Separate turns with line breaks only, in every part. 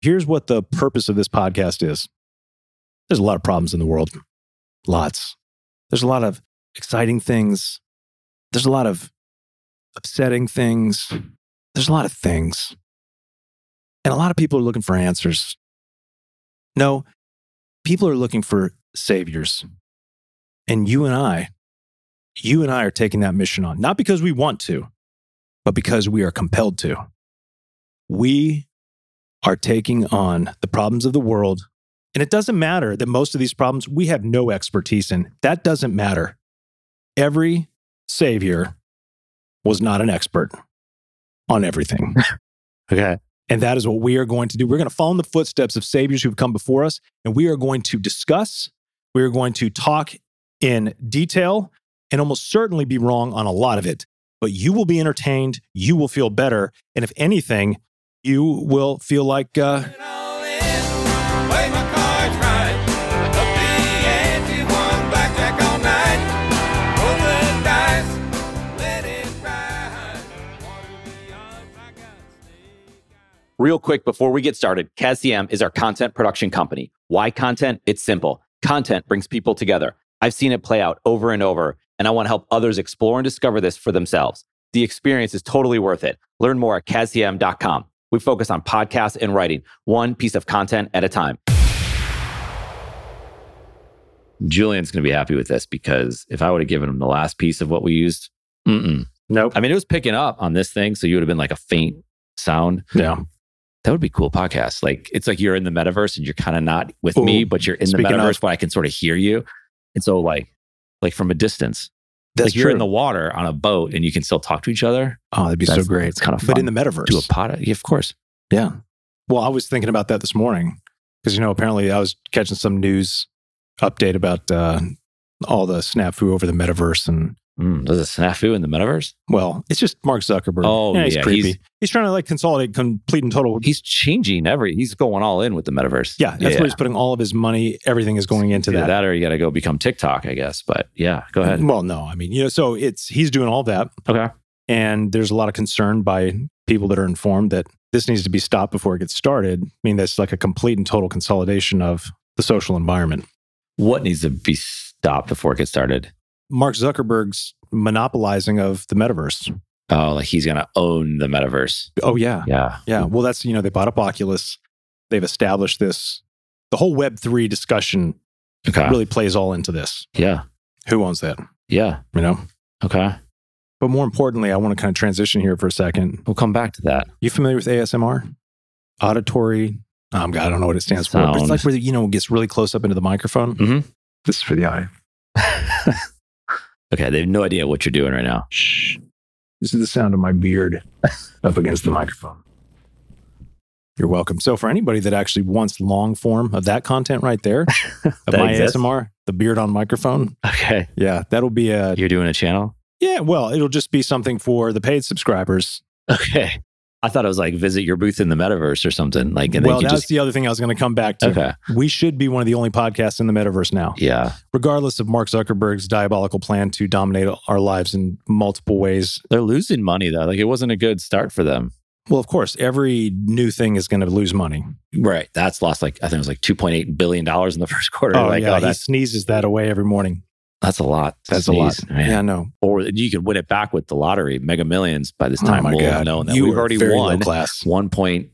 Here's what the purpose of this podcast is there's a lot of problems in the world, lots. There's a lot of exciting things, there's a lot of upsetting things, there's a lot of things. And a lot of people are looking for answers. No, people are looking for saviors. And you and I, you and I are taking that mission on, not because we want to, but because we are compelled to. We are taking on the problems of the world. And it doesn't matter that most of these problems we have no expertise in. That doesn't matter. Every savior was not an expert on everything.
Okay.
And that is what we are going to do. We're going to follow in the footsteps of saviors who've come before us, and we are going to discuss, we are going to talk in detail, and almost certainly be wrong on a lot of it. But you will be entertained, you will feel better. And if anything, you will feel like, uh,
Play my cards right. Up the ante, won blackjack all night. Roll the dice, let it ride. Water the odds, I got snake eyes.
Real quick before we get started, CasDM E is our content production company. Why content? It's simple. Content brings people together. I've seen it play out over and over, and I want to help others explore and discover this for themselves. The experience is totally worth it. Learn more at CasDM.com. We focus on podcasts and writing, one piece of content at a time.
Julian's going to be happy with this because if I would have given him the last piece of what we used, mm-mm.
nope.
I mean, it was picking up on this thing. So you would have been like a faint sound.
Yeah.
That would be cool podcast. Like it's like you're in the metaverse and you're kind of not with me,
Ooh,
but you're in the
speaking of-
metaverse, but I can sort of hear you. And so like, like from a distance,
That's
like you're in the water on a boat and you can still talk to each other.
oh, that'd be so
That's-
great.
it's kinda
But
fun
in the metaverse.
Do a pod, yeah, of course.
Yeah. Well, I was thinking about that this morning because, you know, apparently I was catching some news update about uh, all the snafu over the metaverse. And,
Mm, there's a snafu in the metaverse.
well, it's just Mark Zuckerberg.
Oh,
he's
yeah,
creepy. He's,
he's-
trying to like consolidate complete and total.
He's changing every. He's going all in with the metaverse.
yeah. That's where he's putting all of his money. Everything is going into
Either
that. Mm-hmm.
that or you got to go become TikTok, I guess. But yeah, go ahead.
Well, no, I mean, you know, so it's he's doing all that.
Okay.
And there's a lot of concern by people that are informed that this needs to be stopped before it gets started. I mean, that's like a complete and total consolidation of the social environment.
What needs to be stopped before it gets started?
Mark Zuckerberg's monopolizing of the metaverse.
Oh, like he's gonna own the metaverse.
Oh yeah.
Yeah.
Yeah. Well, that's you know, they bought up Oculus. They've established this. The whole web three discussion
Okay.
really plays all into this.
Yeah.
Who owns that?
Yeah.
You know?
Okay.
But more importantly, I want to kind of transition here for a second.
We'll come back to that.
You familiar with ASMR? Auditory. Um, God, I don't know what it stands for. But it's
Sound.
like where you know it gets really close up into the microphone.
Mhm.
This is for the eye.
Okay. They have no idea what you're doing right now.
Shh. This is the sound of my beard up against the microphone. You're welcome. So for anybody that actually wants long form of that content right there, of
That
my
exists?
ASMR, the beard on microphone,
Okay.
yeah, that'll be a
You're doing a channel.
yeah. Well, it'll just be something for the paid subscribers.
Okay. I thought it was like visit your booth in the metaverse or something. Like, and then
well,
you could
that's
just
the other thing I was going to come back to.
okay.
We should be one of the only podcasts in the metaverse now.
Yeah.
regardless of Mark Zuckerberg's diabolical plan to dominate our lives in multiple ways.
They're losing money though. Like it wasn't a good start for them.
Well, of course, every new thing is going to lose money.
Right. That's lost like I think it was like 2.8 billion dollars in the first quarter.
Oh,
like,
yeah,
oh,
he
that's
sneezes that away every morning.
That's a lot. to
That's a lot.
sneeze, man.
Yeah, I know.
Or you could win it back with the lottery, Mega Millions. By this
Oh
time,
my
we'll
God.
have known that
You
we've
are
already
very
won
low class.
one point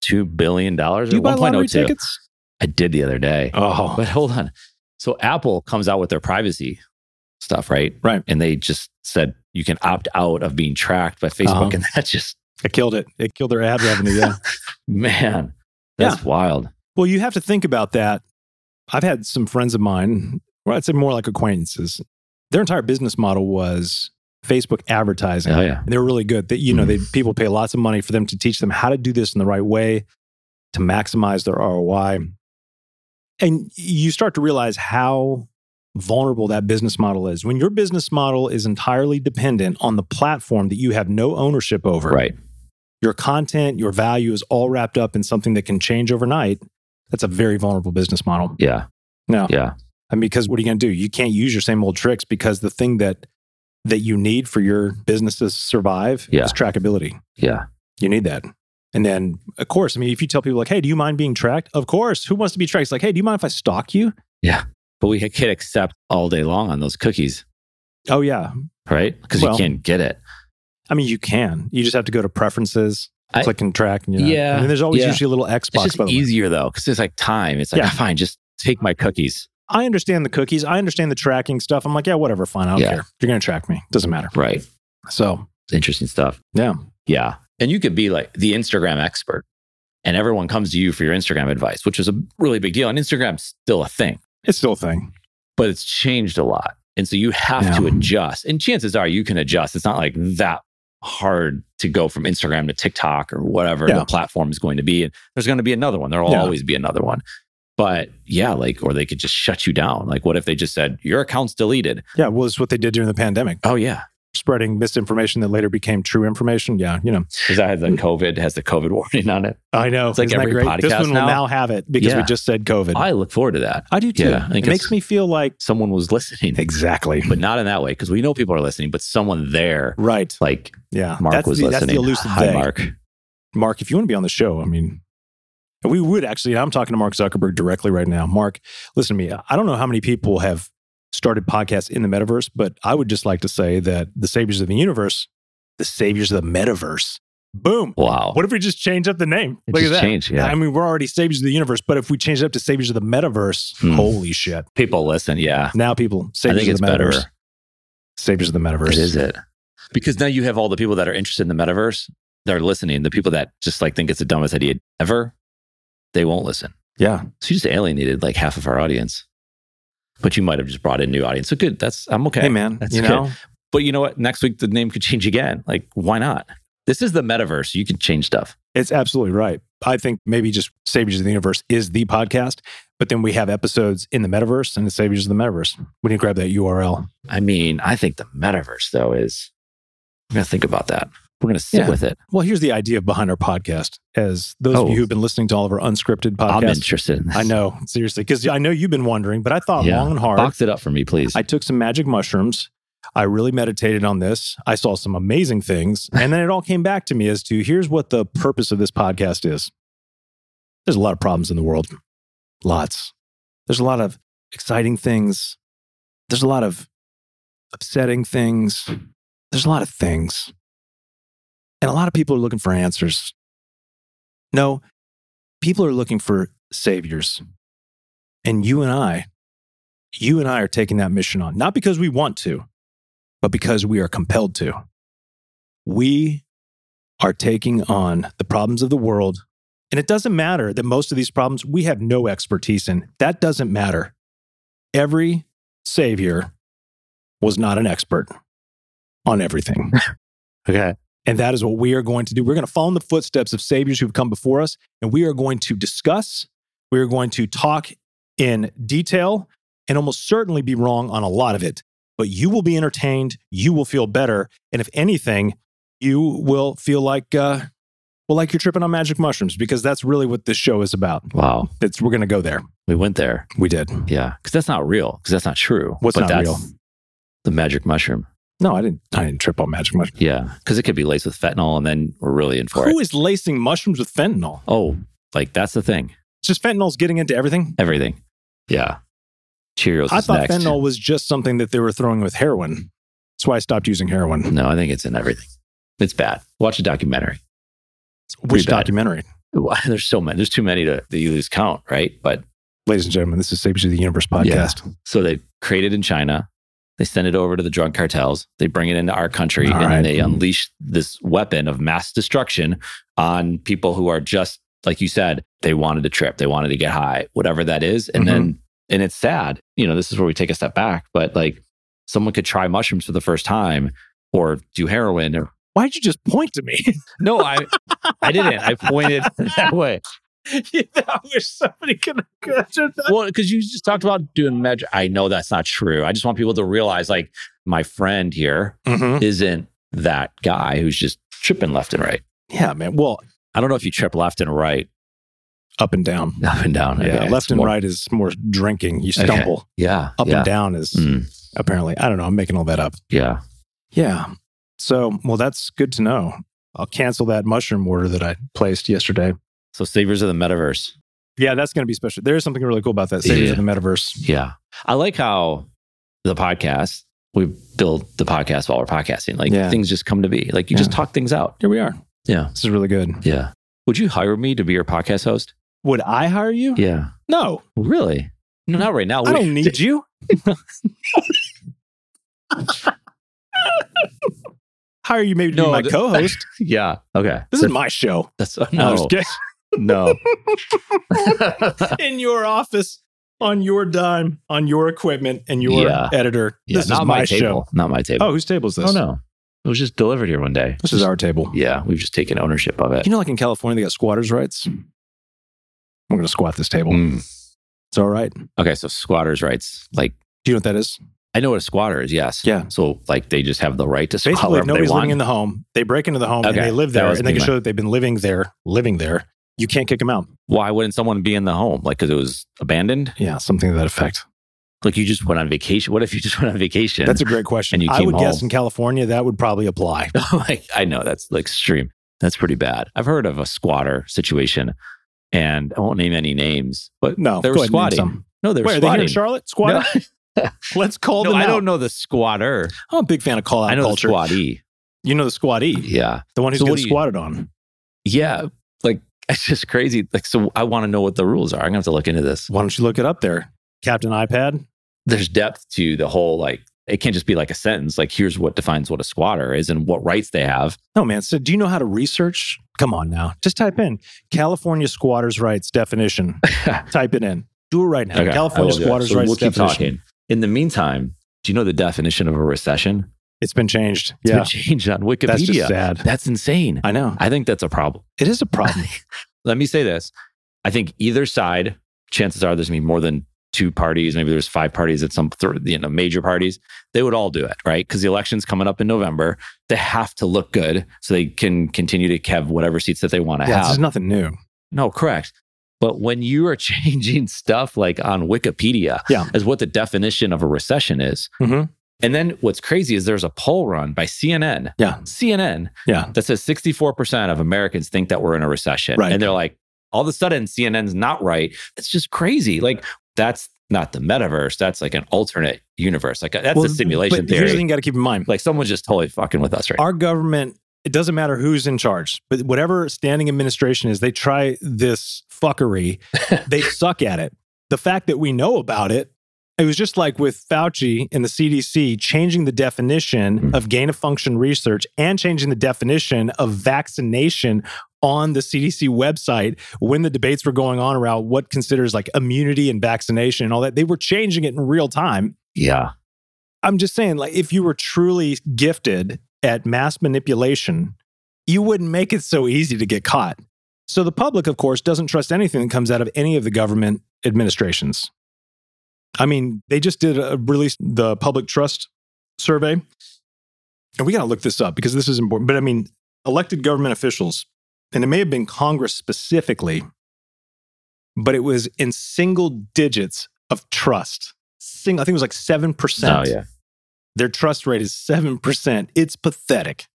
two billion dollars.
Do you
or
buy lottery
1.02.
tickets?
I did the other day.
Oh,
But hold on. So Apple comes out with their privacy stuff, right?
Right.
And they just said you can opt out of being tracked by Facebook,
Uh-huh.
and that just
it killed it. It killed their ad revenue. Yeah.
man, that's wild.
well, you have to think about that. I've had some friends of mine, well, I'd say more like acquaintances. Their entire business model was Facebook advertising.
Oh yeah.
And they're really good. That you know,
Mhm.
they people pay lots of money for them to teach them how to do this in the right way to maximize their ROI. And you start to realize how vulnerable that business model is. When your business model is entirely dependent on the platform that you have no ownership over,
Right.
your content, your value is all wrapped up in something that can change overnight. That's a very vulnerable business model.
Yeah.
No.
Yeah.
I mean, because what are you going to do? You can't use your same old tricks because the thing that that you need for your business to survive
Yeah.
is trackability.
Yeah.
You need that. And then, of course, I mean, if you tell people like, "Hey, do you mind being tracked?" Of course, who wants to be tracked? It's like, "Hey, do you mind if I stalk you?"
But we could accept all day long on those cookies,
Oh yeah,
right? Because
Well,
you can't get it.
I mean, you can. You just have to go to preferences,
I-
click and track. And, you know.
Yeah,
I mean, there's always
yeah.
usually a little
It's
Xbox.
just
by the way.
easier though, because it's like time. It's like,
Yeah.
"Ah, fine, just take my cookies.
I understand the cookies. I understand the tracking stuff. I'm like, yeah, whatever, fine. I don't
Yeah.
care. You're gonna track me. Doesn't matter.
Right.
So
Interesting stuff.
yeah,
Yeah. And you could be like the Instagram expert, and everyone comes to you for your Instagram advice, which is a really big deal. And Instagram's still a thing.
it's still a thing.
but it's changed a lot. And so you have
Yeah.
to adjust. And chances are you can adjust. It's not like that hard to go from Instagram to TikTok or whatever
Yeah.
the platform is going to be. And there's going to be another one. There'll
Yeah.
always be another one. But yeah, like, or they could just shut you down. Like, what if they just said, your account's deleted?
Yeah, well, it's what they did during the pandemic,
Oh, yeah.
spreading misinformation that later became true information. Yeah, you know,
Because that had the
Mm.
COVID, has the COVID warning on it.
I know.
It's like
Isn't that
every
great? This
podcast
one will
now.
now have it because we
Yeah.
just said COVID.
I look forward to that.
I do too.
Yeah, I
it
think
makes
it's-
me feel like
Someone was listening,
exactly
but not in that way. Because we know people are listening, but someone there,
right.
like
Yeah,
Mark
that's
was
the,
listening.
That's the elusive
Hi,
day.
Mark.
Mark, if you want to be on the show, I mean, we would actually. I'm talking to Mark Zuckerberg directly right now. Mark, listen to me. I don't know how many people have started podcasts in the metaverse, but I would just like to say that the saviors of the universe, the saviors of the metaverse, boom.
Wow.
What if we just change up the name?
It
Look at
just
that.
changed, yeah.
I mean, we're already saviors of the universe, but if we change it up to saviors of the metaverse,
Hmm.
holy shit!
people listen. Yeah.
Now people
I
saviors
think
of
it's
the
better.
metaverse, saviors of the metaverse.
It is it. Because now you have all the people that are interested in the metaverse. They're listening. The people that just like think it's the dumbest idea ever, they won't listen.
Yeah,
So you just alienated like half of our audience. But you might have just brought in new audience. So good. That's I'm okay.
hey man,
That's
you
good.
know,
But you know what? Next week the name could change again. Like, why not? This is the metaverse. You can change stuff.
It's absolutely right. I think maybe just Saviors of the Universe is the podcast, but then we have episodes in the metaverse and the Saviors of the Metaverse. We need to grab that URL.
I mean, I think the metaverse though is we're gonna think about that. We're gonna sit
Yeah.
with it.
Well, here's the idea behind our podcast. As those of
Oh.
you who've been listening to all of our unscripted
I'm
podcasts,
interested in this.
I know, seriously, because I know you've been wondering, but I thought
Yeah.
long and hard.
Box it up for me, please.
I took some magic mushrooms. I really meditated on this. I saw some amazing things. And then it all came back to me as to here's what the purpose of this podcast is. There's a lot of problems in the world, lots. There's a lot of exciting things. There's a lot of upsetting things. There's a lot of things. And a lot of people are looking for answers. No, people are looking for saviors. And you and I, you and I are taking that mission on, not because we want to, but because we are compelled to. We are taking on the problems of the world. And it doesn't matter that most of these problems we have no expertise in. That doesn't matter. Every savior was not an expert on everything.
okay.
And that is what we are going to do. We're going to follow in the footsteps of saviors who've come before us, and we are going to discuss, we are going to talk in detail, and almost certainly be wrong on a lot of it. But you will be entertained, you will feel better. And if anything, you will feel like, uh, well, like you're tripping on magic mushrooms, because that's really what this show is about.
Wow.
It's, we're going to go there.
We went there.
We did.
Yeah, because that's not real. Because that's not true.
What's not
that's
real?
The magic mushroom.
No, I didn't. I didn't trip on magic mushrooms.
Yeah, because it could be laced with fentanyl, and then we're really in for
Who
it.
is lacing mushrooms with fentanyl?
Oh, like that's the thing.
It's just fentanyl's getting into everything.
Everything. Yeah. Cheerios.
I
is
thought
next.
fentanyl was just something that they were throwing with heroin. That's why I stopped using heroin.
No, I think it's in everything. It's bad. Watch a documentary.
Which
bad.
documentary?
Why- There's so many. There's too many to that you lose count, right? But
Ladies and gentlemen, this is Sapiens of the Universe podcast.
so they create it in China. They send it over to the drug cartels. They bring it into our country,
All
and
right.
then they unleash this weapon of mass destruction on people who are just like you said. They wanted to trip. They wanted to get high, whatever that is. And then, and it's sad. You know, this is where we take a step back. But like, someone could try mushrooms for the first time, or do heroin, or
Why'd you just point to me?
no, I, I didn't. I pointed that way.
I wish somebody could have that.
Well, because you just talked about doing magic. I know that's not true. I just want people to realize, like, my friend here isn't that guy who's just tripping left and right.
Yeah, man. Well,
I don't know if you trip left and right,
up and down.
up and down.
yeah,
Okay.
left and
More-
right is more drinking. You
Okay.
stumble.
Yeah.
Up
yeah.
and down is
Mm,
apparently. I don't know. I'm making all that up.
yeah.
Yeah. So, well, that's good to know. I'll cancel that mushroom order that I placed yesterday.
So Savers of the Metaverse.
Yeah, that's going to be special. There's something really cool about that. Savers
Yeah.
of the Metaverse.
Yeah. I like how the podcast, we build the podcast while we're podcasting. Like
Yeah.
things just come to be. Like you just
Yeah.
talk things out.
Here we are.
Yeah.
This is really good.
Yeah. Would you hire me to be your podcast host?
Would I hire you?
Yeah.
No,
Really? No, not right now.
I don't need you. hire you maybe to be
No,
my
th-
co-host.
yeah. Okay.
This is my show.
That's
I'm
no.
just kidding.
No.
in your office on your dime on your equipment and your
Yeah.
editor.
Yeah,
this
not
is
my,
my, show.
table. Not my table.
Oh, whose table is this?
Oh, no. It was just delivered here one day.
This is our table.
Yeah. We've just taken ownership of it.
You know, like in California, they got squatters' rights. I'm going to squat this table.
Mm.
It's all right.
Okay. So squatters' rights. Like
Do you know what that is?
I know what a squatter is. Yes.
Yeah.
So like they just have the right to squat
Basically, if
wherever they
nobody's
want.
living in the home, they break into the home
Okay,
and they live
that
there
was
and they can
me.
show that they've been living there, living there. You can't kick them out.
Why wouldn't someone be in the home? Like because it was abandoned.
Yeah, something to that effect.
Like you just went on vacation. What if you just went on vacation?
That's a great question.
And you
I
came
would guess
home.
in California that would probably apply.
like I know that's like extreme. That's pretty bad. I've heard of a squatter situation, and I won't name any names, but
No,
they
go ahead
were
and name
squatting.
some.
no, they were
Wait, are they here
squatting.
in Charlotte? Squatter? Let's call
no,
them.
I
out.
don't know the squatter.
I'm a big fan of call out
I know
culture.
the squattee.
You know the squattee,
Yeah,
the one who's
So
getting
what do you-
squatted on.
yeah. Like it's just crazy. Like so, I want to know what the rules are. I'm gonna have to look into this.
Why don't you look it up there, Captain iPad?
There's depth to the whole. Like it can't just be like a sentence. Like here's what defines what a squatter is and what rights they have.
No, man. So, do you know how to research? Come on now. Just type in California squatters' rights definition. type it in. Do it right now.
Okay,
California
I will do that.
squatters'
So
rights
We'll keep
definition.
talking. In the meantime, do you know the definition of a recession?
It's been changed.
It's
yeah,
been changed on Wikipedia.
that's just sad.
That's insane.
I know.
I think that's a problem.
It is a problem.
Let me say this. I think either side, chances are there's going to be more than two parties. Maybe there's five parties at some, th- you know, major parties. They would all do it, right? Because the election's coming up in November. They have to look good so they can continue to have whatever seats that they want to
yeah, this
have.
is nothing new.
No, correct. But when you are changing stuff like on Wikipedia,
Yeah.
is what the definition of a recession is.
Mhm.
And then what's crazy is there's a poll run by CNN.
Yeah.
CNN.
Yeah.
That says 64% of Americans think that we're in a recession.
Right.
And they're like, all of a sudden, CNN's not right. It's just crazy. Like, that's not the metaverse. That's like an alternate universe. Like, that's a simulation
but Here's
theory.
the thing you got to keep in mind.
like, someone's just totally fucking with us right
our government it doesn't matter who's in charge but whatever standing administration is they try this fuckery they suck at it the fact that we know about it it was just like with fauci and the cdc changing the definition
Mm.
of gain of function research and changing the definition of vaccination on the CDC website, when the debates were going on around what considers like immunity and vaccination and all that, they were changing it in real time.
Yeah.
I'm just saying, like, if you were truly gifted at mass manipulation, you wouldn't make it so easy to get caught. So the public, of course, doesn't trust anything that comes out of any of the government administrations. I mean, they just did a, released the public trust survey, and we got to look this up because this is important. But I mean, elected government officials, and it may have been Congress specifically, but it was in single digits of trust. Single, I think it was like seven
Oh,
percent.
yeah.
Their trust rate is 7%. It's pathetic.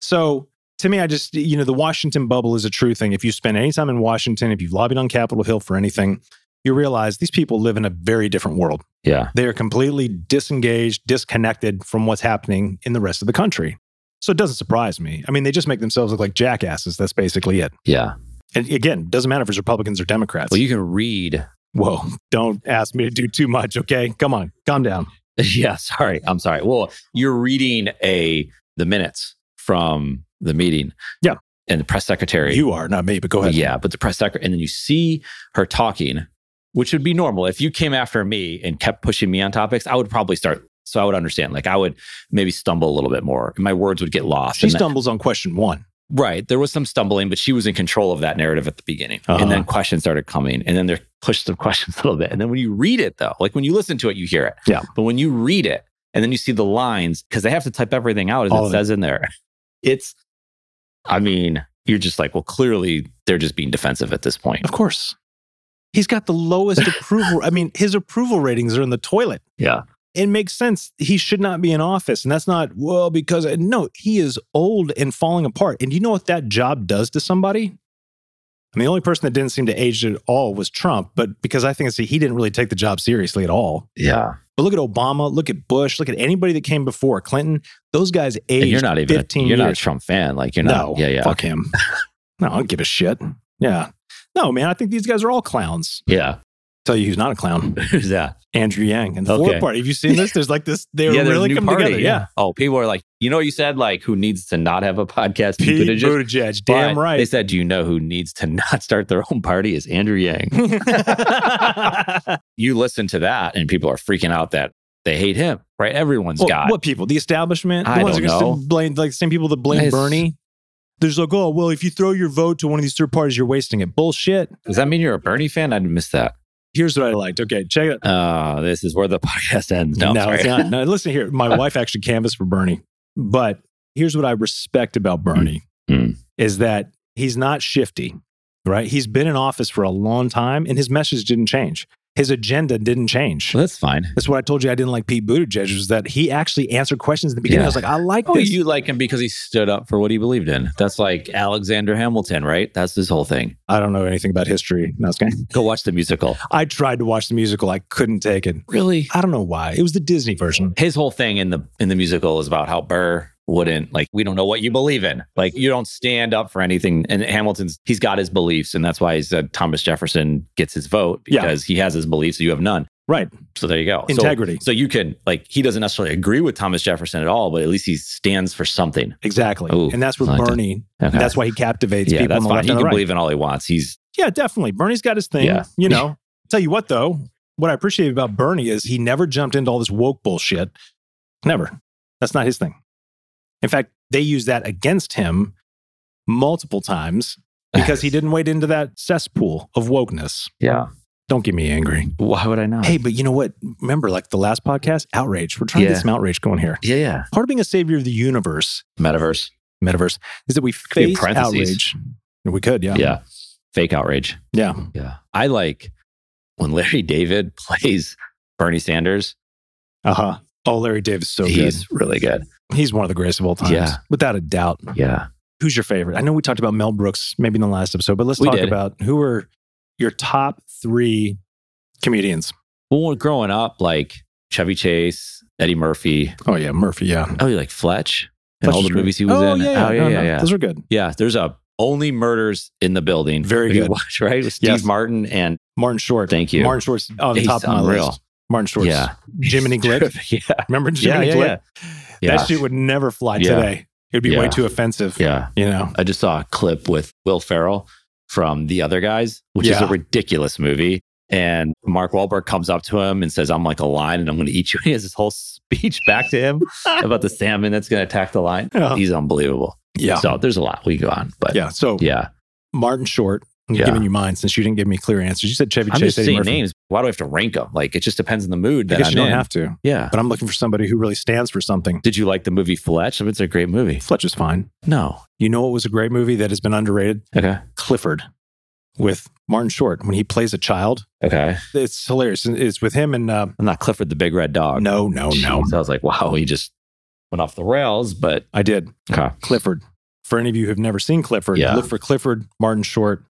So to me, I just, you know, the Washington bubble is a true thing. If you spend any time in Washington, if you've lobbied on Capitol Hill for anything, you realize these people live in a very different world.
Yeah.
They are completely disengaged, disconnected from what's happening in the rest of the country. So it doesn't surprise me. I mean, they just make themselves look like jackasses. That's basically it.
Yeah.
And again, doesn't matter if it's Republicans or Democrats.
Well, you can read
Whoa, don't ask me to do too much, okay? Come on, calm down.
Yeah, sorry. I'm sorry. Well, you're reading a the minutes from the meeting.
Yeah.
And the press secretary.
You are, not me, but go ahead.
yeah, but the press secretary and then you see her talking, which would be normal. If you came after me and kept pushing me on topics, I would probably start so I would understand. Like I would maybe stumble a little bit more. My words would get lost.
She
And that-
stumbles on question one.
Right. There was some stumbling, but she was in control of that narrative at the beginning.
Uh-huh.
And then questions started coming. And then they pushed some questions a little bit. And then when you read it, though, like when you listen to it, you hear it.
Yeah.
But when you read it and then you see the lines, because they have to type everything out as
All
it
of it.
says in there, it's, I mean, you're just like, well, clearly they're just being defensive at this point.
Of course. He's got the lowest approval. I mean, his approval ratings are in the toilet.
Yeah.
it makes sense. He should not be in office. And that's not, well, because uh, no, he is old and falling apart. And you know what that job does to somebody? I mean, the only person that didn't seem to age at all was Trump, but because I think it's, he didn't really take the job seriously at all.
Yeah.
But look at Obama, look at Bush, look at anybody that came before Clinton. Those guys aged
And you're not even a,
15 years.
you're not a Trump fan. Like you're not.
no,
Yeah. Yeah.
fuck him. no, I don't give a shit. Yeah. No, man, I think these guys are all clowns.
Yeah.
Tell you who's not a clown.
Who's that?
Andrew Yang and the
Okay.
Ford party. Have you seen this? There's like this, they were
there's a
really
new
coming
party,
together. Yeah.
Oh, people are like, you know what you said? Like, who needs to not have a podcast? Pete
Pete
Buttigieg.
Buttigieg, damn
But
right.
They said, do you know who needs to not start their own party is Andrew Yang. You listen to that and people are freaking out that they hate him, right? Everyone's
Well,
got.
What people? The establishment? The
I
ones
don't
that
know.
blame like the same people that blame
It's-
Bernie. There's like, oh well, if you throw your vote to one of these third parties, you're wasting it. Bullshit.
Does that mean you're a Bernie fan? I missed that.
Here's what I liked. Okay, check it. out.
Uh, this is where the podcast ends. No, sorry.
it's not. No, listen here. My wife actually canvassed for Bernie, but here's what I respect about Bernie
Mm.
is that he's not shifty, right? He's been in office for a long time, and his message didn't change. His agenda didn't change.
Well, that's fine.
That's what I told you. I didn't like Pete Buttigieg was that he actually answered questions in the beginning.
Yeah.
I was like, I like
Oh,
this.
you like him because he stood up for what he believed in. That's like Alexander Hamilton, right? That's his whole thing.
I don't know anything about history. No, I was kidding.
Go watch the musical.
I tried to watch the musical. I couldn't take it.
Really?
I don't know why. It was the Disney version.
His whole thing in the in the musical is about how Burr wouldn't like we don't know what you believe in. Like you don't stand up for anything. And Hamilton's he's got his beliefs, and that's why he said Thomas Jefferson gets his vote
Yeah.
because he has his beliefs. You have none.
Right.
So there you go. So-
Integrity.
So, you can like he doesn't necessarily agree with Thomas Jefferson at all, but at least he stands for something.
exactly.
Ooh,
and that's where
I like that.
Bernie,
Okay.
that's why he captivates
yeah,
people on
that's
the
fine.
left
He
and
can
the right.
believe in all he wants. He's
yeah, definitely. Bernie's got his thing.
Yeah.
You know, tell you what, though, what I appreciate about Bernie is he never jumped into all this woke bullshit. Never. That's not his thing. In fact, they used that against him multiple times because he didn't wade into that cesspool of wokeness.
yeah.
Don't get me angry.
Why would I not?
Hey, but you know what? Remember, like the last podcast, outrage. We're trying to
Yeah.
get some outrage going here.
Yeah, yeah.
Part of being a savior of the universe,
Metaverse.
metaverse, is that we
be in
face
parentheses.
outrage. We could, yeah.
Yeah. Fake outrage.
Yeah.
Yeah. I like when Larry David plays Bernie Sanders,
Uh huh. Oh, Larry Davis, so
he's really good.
good. He's one of the greatest of all times,
Yeah.
without a doubt.
Yeah.
Who's your favorite? I know we talked about Mel Brooks maybe in the last episode, but let's
We
talk
did.
about who are your top three comedians.
Well, when growing up, like Chevy Chase, Eddie Murphy,
Oh, yeah. Murphy, yeah.
oh, you like Fletch and all the
Fletcher's
movies he
great.
was
oh,
in.
Yeah,
oh, yeah,
no,
yeah,
no,
yeah.
Those were good.
Yeah. There's a only murders in the building.
Very
that you
good.
Watch, right? With Steve
Yes.
Martin and
Martin Short.
Thank you.
Martin Short's on
He's
top of my
unreal.
list. Martin Short's.
Yeah.
Jiminy Glick.
yeah.
Remember
Yeah.
Jiminy
Yeah.
Glick?
Yeah. Yeah.
That shit would never fly
Yeah.
today. It'd be
Yeah.
way too offensive.
yeah.
You know?
I just saw a clip with Will Ferrell from The Other Guys, which is a
Yeah.
ridiculous movie. And Mark Wahlberg comes up to him and says, I'm like a lion and I'm going to eat you. And he has this whole speech back to him about the salmon that's going to attack the lion.
Yeah.
He's unbelievable.
Yeah.
So there's a lot we can go on. But yeah,
yeah. So Martin Short, I'm
Yeah.
giving you mine since you didn't give me clear answers. You said Chevy
I'm
Chase.
just
Eddie
saying
Murphy.
names. Why do I have to rank them? Like, it just depends on the mood
I
that
guess
I'm
you don't
in.
have to,
yeah.
but I'm looking for somebody who really stands for something.
Did you like the movie Fletch? I mean, it's a great movie.
Fletcher's fine.
No.
You know what was a great movie that has been underrated?
Okay.
Clifford with Martin Short when he plays a child.
Okay.
It's hilarious. It's with him and uh,
I'm not Clifford the Big Red Dog.
no, no, no.
Jeez, I was like, wow, he just went off the rails, but
I did.
Okay.
Clifford. For any of you who've never seen Clifford,
Yeah.
look for Clifford, Martin Short.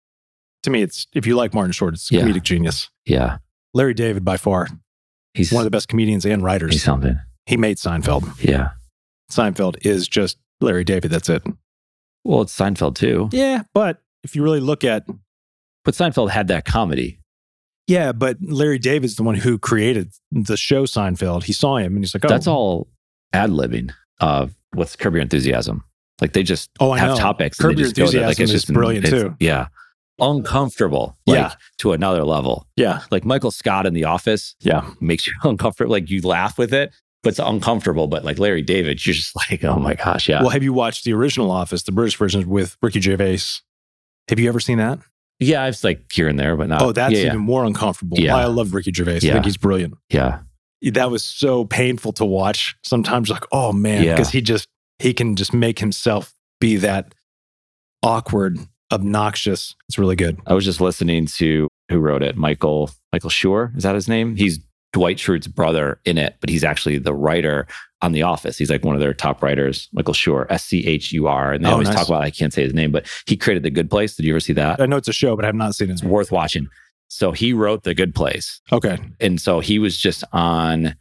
To me, it's if you like Martin Short, it's
Yeah.
comedic genius.
yeah.
Larry David, by far,
He's
one of the best comedians and
He's
writers.
something.
He made Seinfeld.
Yeah.
Seinfeld is just Larry David. That's it.
Well, it's Seinfeld too.
Yeah, but if you really look at
But Seinfeld had that comedy.
yeah, but Larry David's the one who created the show Seinfeld. He saw him and he's like, oh,
That's all ad libbing of what's Curb Your Enthusiasm. Like they just
Oh, I
have
know.
topics.
Curb
and they
Your
just go there. Like
Enthusiasm is brilliant,
it's-
too.
Yeah. Uncomfortable. Like,
Yeah.
To another level.
Yeah,
Like Michael Scott in The Office
yeah,
makes you uncomfortable. Like you laugh with it, but it's uncomfortable. But like Larry David, you're just like, oh my gosh. Yeah.
Well, have you watched the original Office, the British version with Ricky Gervais? Have you ever seen that?
Yeah. It's like here and there, but not.
oh, that's
Uh, yeah, yeah,
even more uncomfortable.
Yeah.
I love Ricky Gervais. I
Yeah.
think he's brilliant.
yeah.
That was so painful to watch. Sometimes like, oh man,
Yeah.
because he just he can just make himself be that awkward, obnoxious. It's really good.
I was just listening to who wrote it, Michael Michael Schur. Is that his name? He's Dwight Schrute's brother in it, but he's actually the writer on The Office. He's like one of their top writers, Michael Schur, S C H U R. And they
Oh,
always
nice.
talk about, I can't say his name, but he created The Good Place. Did you ever see that?
I know it's a show, but I have not seen it.
It's worth watching. So he wrote The Good Place.
Okay.
And so he was just on,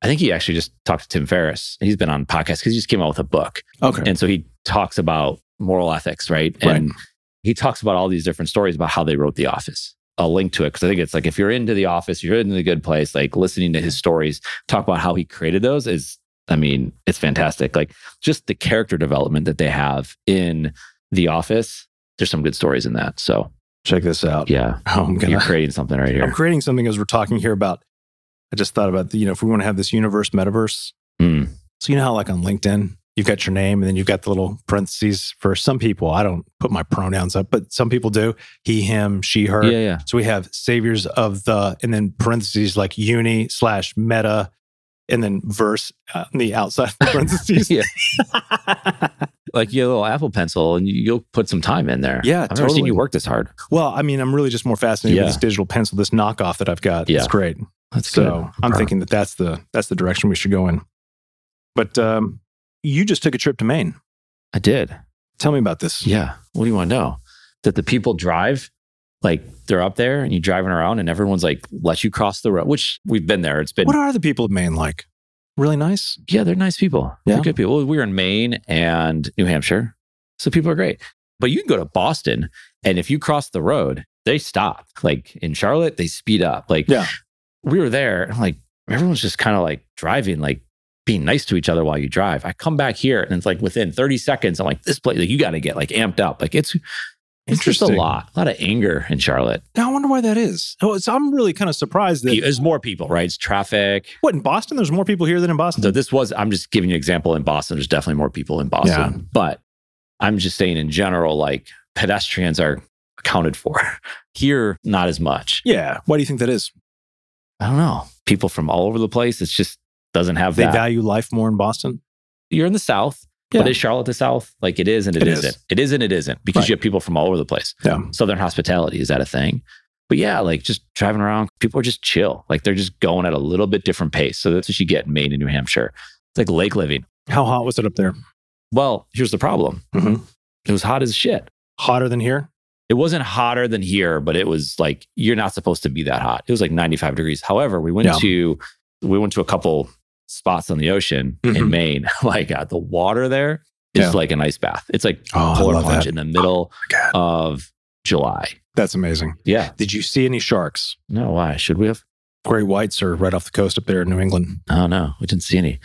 I think he actually just talked to Tim Ferriss. He's been on podcasts because he just came out with a book.
Okay.
And so he talks about moral ethics, right?
Right.
And he talks about all these different stories about how they wrote The Office. I'll link to it because I think it's like if you're into The Office, you're into The Good Place, like listening to his stories, talk about how he created those is, I mean, it's fantastic. Like just the character development that they have in The Office, there's some good stories in that. So
Check this out.
yeah,
Oh, I'm gonna.
you're creating something right
I'm
here.
creating something as we're talking here about. I just thought about the, you know if we want to have this universe metaverse.
Mm.
So you know how like on LinkedIn you've got your name and then you've got the little parentheses for some people. I don't put my pronouns up, but some people do. He, him, she, her.
Yeah, yeah.
So we have saviors of the, and then parentheses like uni slash meta, and then verse uh, on the outside of the parentheses.
Yeah. Like your little Apple pencil, and you- you'll put some time in there.
Yeah,
I've never seen
totally.
you work this hard.
Well, I mean, I'm really just more fascinated
Yeah.
with this digital pencil, this knockoff that I've got.
Yeah.
It's great.
That's
So
good.
I'm thinking that that's the that's the direction we should go in. But um, you just took a trip to Maine.
I did.
Tell me about this.
Yeah. What do you want to know? That the people drive, like they're up there and you're driving around and everyone's like, let you cross the road, which we've been there. It's been,
What are the people of Maine like? Really nice.
yeah, they're nice people.
Yeah.
They're good people. We were in Maine and New Hampshire. So people are great. But you can go to Boston and if you cross the road, they stop. Like in Charlotte, they speed up. Like
Yeah.
we were there and like everyone's just kind of like driving, like being nice to each other while you drive. I come back here and it's like within 30 seconds, I'm like, this place, like you got to get like amped up. Like it's, it's just a lot, a lot of anger in Charlotte.
Now I wonder why that is. Oh, so I'm really kind of surprised that
There's more people, right? It's traffic.
what in Boston there's more people here than in Boston.
So this was, I'm just giving you an example in Boston. There's definitely more people in Boston,
Yeah.
but I'm just saying in general, like pedestrians are accounted for here, not as much.
yeah. Why do you think that is?
I don't know. People from all over the place. It's just doesn't have
They
that.
value life more in Boston.
You're in the South,
Yeah.
but is Charlotte the South? Like it is and
It
it
is.
isn't. It is and it isn't because
Right.
you have people from all over the place.
Yeah.
Southern hospitality, is that a thing? But yeah, like just driving around, people are just chill. Like they're just going at a little bit different pace. So that's what you get in Maine and New Hampshire. It's like lake living.
How hot was it up there?
Well, here's the problem
Mhm.
it was hot as shit.
Hotter than here?
It wasn't hotter than here, but it was like you're not supposed to be that hot. It was like 95 degrees. However, we went
Yeah.
to we went to a couple spots on the ocean
Mhm.
in Maine. My God, the water there is
Yeah.
like an ice bath. It's like
Oh,
polar plunge in the middle
God.
of July.
That's amazing.
Yeah.
Did you see any sharks?
No, why should we have?
Great whites are right off the coast up there in New England.
I don't know. We didn't see any.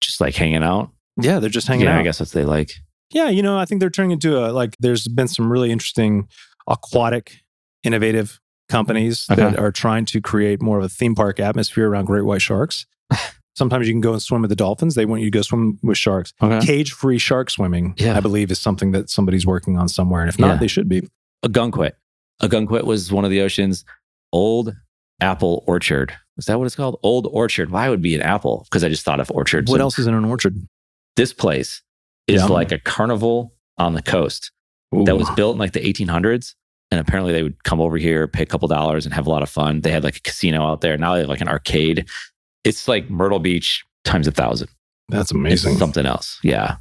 Just like hanging out.
Yeah, they're just hanging
yeah,
out.
I guess that's what they like.
Yeah, you know, I think they're turning into a like. There's been some really interesting aquatic, innovative
Mm-hmm.
companies that
Okay.
are trying to create more of a theme park atmosphere around great white sharks. Sometimes you can go and swim with the dolphins. They want you to go swim with sharks.
Okay.
Cage-free shark swimming,
Yeah.
I believe, is something that somebody's working on somewhere. And if not,
Yeah.
they should be.
Agunquit. Agunquit was one of the ocean's old apple orchard. Is that what it's called? Old orchard. Why would it be an apple? Because I just thought of orchards.
What
And
else is in an orchard?
This place is
Yeah.
like a carnival on the coast that was built in like the 1800s. And apparently they would come over here, pay a couple dollars and have a lot of fun. They had like a casino out there. Now they have like an arcade. It's like Myrtle Beach times a thousand.
That's
It's
amazing.
something else. Yeah.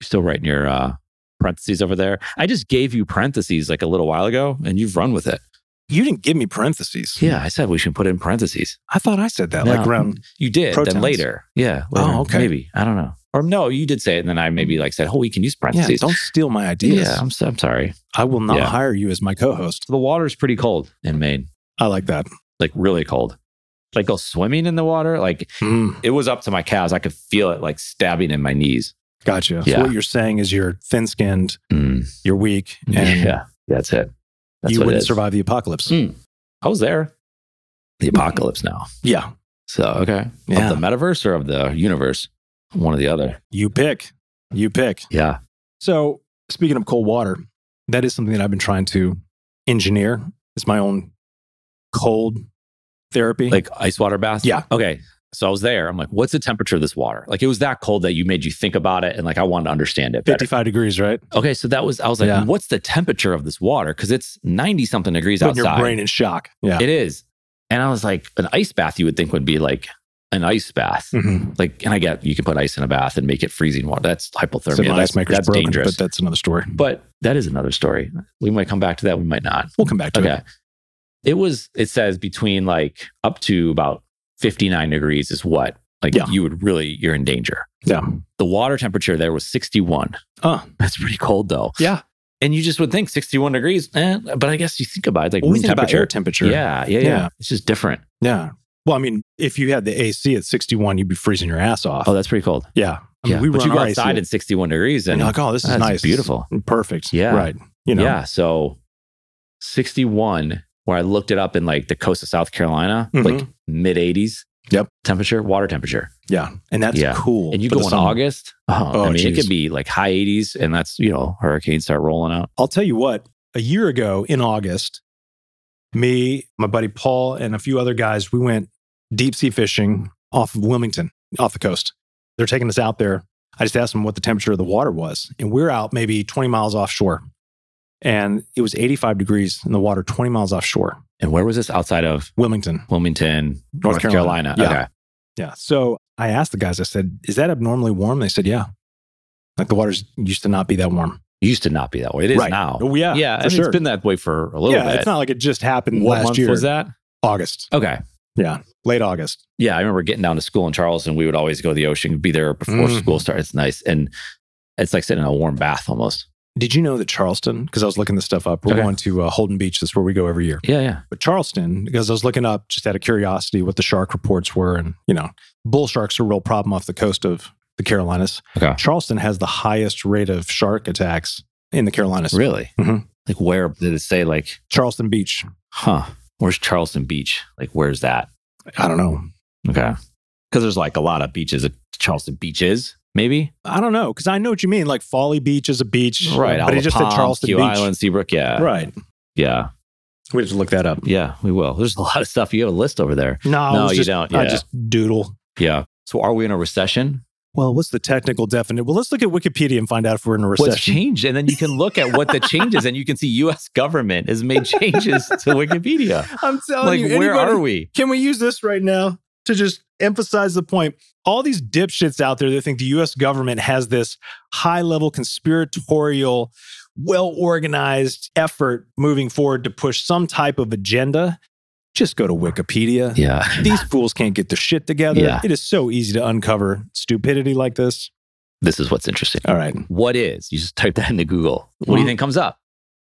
You're still writing your uh, parentheses over there. I just gave you parentheses like a little while ago and you've run with it.
You didn't give me parentheses.
Yeah. I said we should put in parentheses.
I thought I said that like
No.
around.
You did.
Protons.
Then later. Yeah.
Oh,
later,
okay.
Maybe. I don't know. Or no, you did say it. And then I maybe like said, oh, we can use
Yeah,
parentheses.
don't steal my ideas.
yeah. I'm, s- I'm sorry.
I will not
Yeah.
hire you as my co-host.
The water's pretty cold in Maine,
I like that.
like really cold. Like go swimming in the water. Like
Mm.
it was up to my calves. I could feel it like stabbing in my knees.
Gotcha. So
Yeah.
what you're saying is you're thin skinned,
Mm.
you're weak, and
Yeah. That's it. That's
you
what it
wouldn't
is.
survive the apocalypse.
Mm. I was there. The apocalypse now.
Yeah.
So okay,
Yeah.
of the metaverse or of the universe, one or the other.
You pick. You pick.
Yeah,
So speaking of cold water, that is something that I've been trying to engineer. It's my own cold therapy.
like ice water baths.
Yeah.
Okay, so I was there. I'm like, what's the temperature of this water? Like it was that cold that you made you think about it, and like I wanted to understand it. Better.
55 degrees, right?
Okay, so that was I was like,
Yeah.
what's the temperature of this water? Because it's ninety something degrees
Putting your
outside.
brain in shock. Yeah.
It is. And I was like, an ice bath you would think would be like an ice bath.
Mhm.
Like, and I get you can put ice in a bath and make it freezing water. That's hypothermia.
So my
that's
ice maker's
that's
broken,
dangerous.
but that's another story.
but that is another story. We might come back to that. We might not.
We'll come back to
Okay.
it.
It was, it says between like up to about 59 degrees is what, like
Yeah.
you would really, you're in danger.
Yeah.
The water temperature there was 61.
Oh.
That's pretty cold though.
Yeah.
And you just would think 61 degrees, eh, but I guess you think about it, like
Well, we
room
think about
temperature.
air temperature.
Yeah, yeah, yeah,
Yeah.
It's just different.
Yeah. Well, I mean, if you had the AC at 61, you'd be freezing your ass off.
Oh, that's pretty cold.
yeah. I mean,
yeah.
we
but
run
you go
our AC
outside
at-
at 61 degrees
and
and
you're like, oh, this is
that's
nice.
beautiful.
Perfect.
Yeah.
Right. You know.
Yeah. So 61, where I looked it up in like the coast of South Carolina,
Mhm.
like mid 80s.
Yep.
Temperature, water temperature.
Yeah. And that's
Yeah.
cool.
And you
for
go
the
in
summer.
August. Oh,
Oh,
I mean, it
geez.
could be like high 80s, and that's, you know, hurricanes start rolling out.
I'll tell you what, a year ago in August, me, my buddy Paul, and a few other guys, we went deep sea fishing off of Wilmington, off the coast. They're taking us out there. I just asked them what the temperature of the water was. And we're out maybe 20 miles offshore. And it was 85 degrees in the water, 20 miles offshore,
And where was this outside of
Wilmington.
Wilmington, North, Carolina?
Yeah. Yeah. So I asked the guys, I said, is that abnormally warm? They said, yeah. Like the water's used to not be that warm.
It used to not be that way. It is
Right.
now.
Oh, yeah.
yeah.
for
I mean,
sure.
It's been that way for a little
yeah,
bit.
it's not like it just happened
what
last
month
year.
was that?
August,
Okay.
late August.
Yeah. I remember getting down to school in Charleston. We would always go to the ocean, be there before
Mm.
school starts. It's nice. And it's like sitting in a warm bath almost.
Did you know that Charleston? Because I was looking this stuff up. We're
Okay.
going to uh, Holden Beach. That's where we go every year.
Yeah. Yeah.
But Charleston, because I was looking up just out of curiosity what the shark reports were, and you know, bull sharks are a real problem off the coast of the Carolinas.
Okay.
Charleston has the highest rate of shark attacks in the Carolinas.
Really?
Mhm.
Like, where did it say, like,
Charleston Beach.
huh, where's Charleston Beach? Like, where's that?
I don't know.
Okay. Because there's like a lot of beaches. Charleston Beach is, maybe?
I don't know because I know what you mean. Like Folly Beach is a beach,
Right.
But
Isle
it
of
just
Palm,
said Charleston
Q
Beach,
Island, Seabrook. Yeah.
right?
Yeah.
We have to look that up.
Yeah. We will. There's a lot of stuff. You have a list over there.
No, I
No,
was
you
just-
don't.
I
Yeah.
just doodle.
Yeah. So are we in a recession?
Well, what's the technical definition? Well, let's look at Wikipedia and find out if we're in a
What's
recession.
changed? And then you can look at what the changes and you can see US government has made changes to Wikipedia.
I'm telling
Like,
Oh, you,
where
anybody-
are we?
Can we use this right now to just emphasize the point? All these dipshits out there that think the US government has this high level conspiratorial, well organized effort moving forward to push some type of agenda, just go to Wikipedia.
Yeah.
These fools can't get their shit together.
Yeah.
It is so easy to uncover stupidity like this.
This is what's interesting.
All right.
What is? You just type that into Google. What do you
Mhm.
think comes up?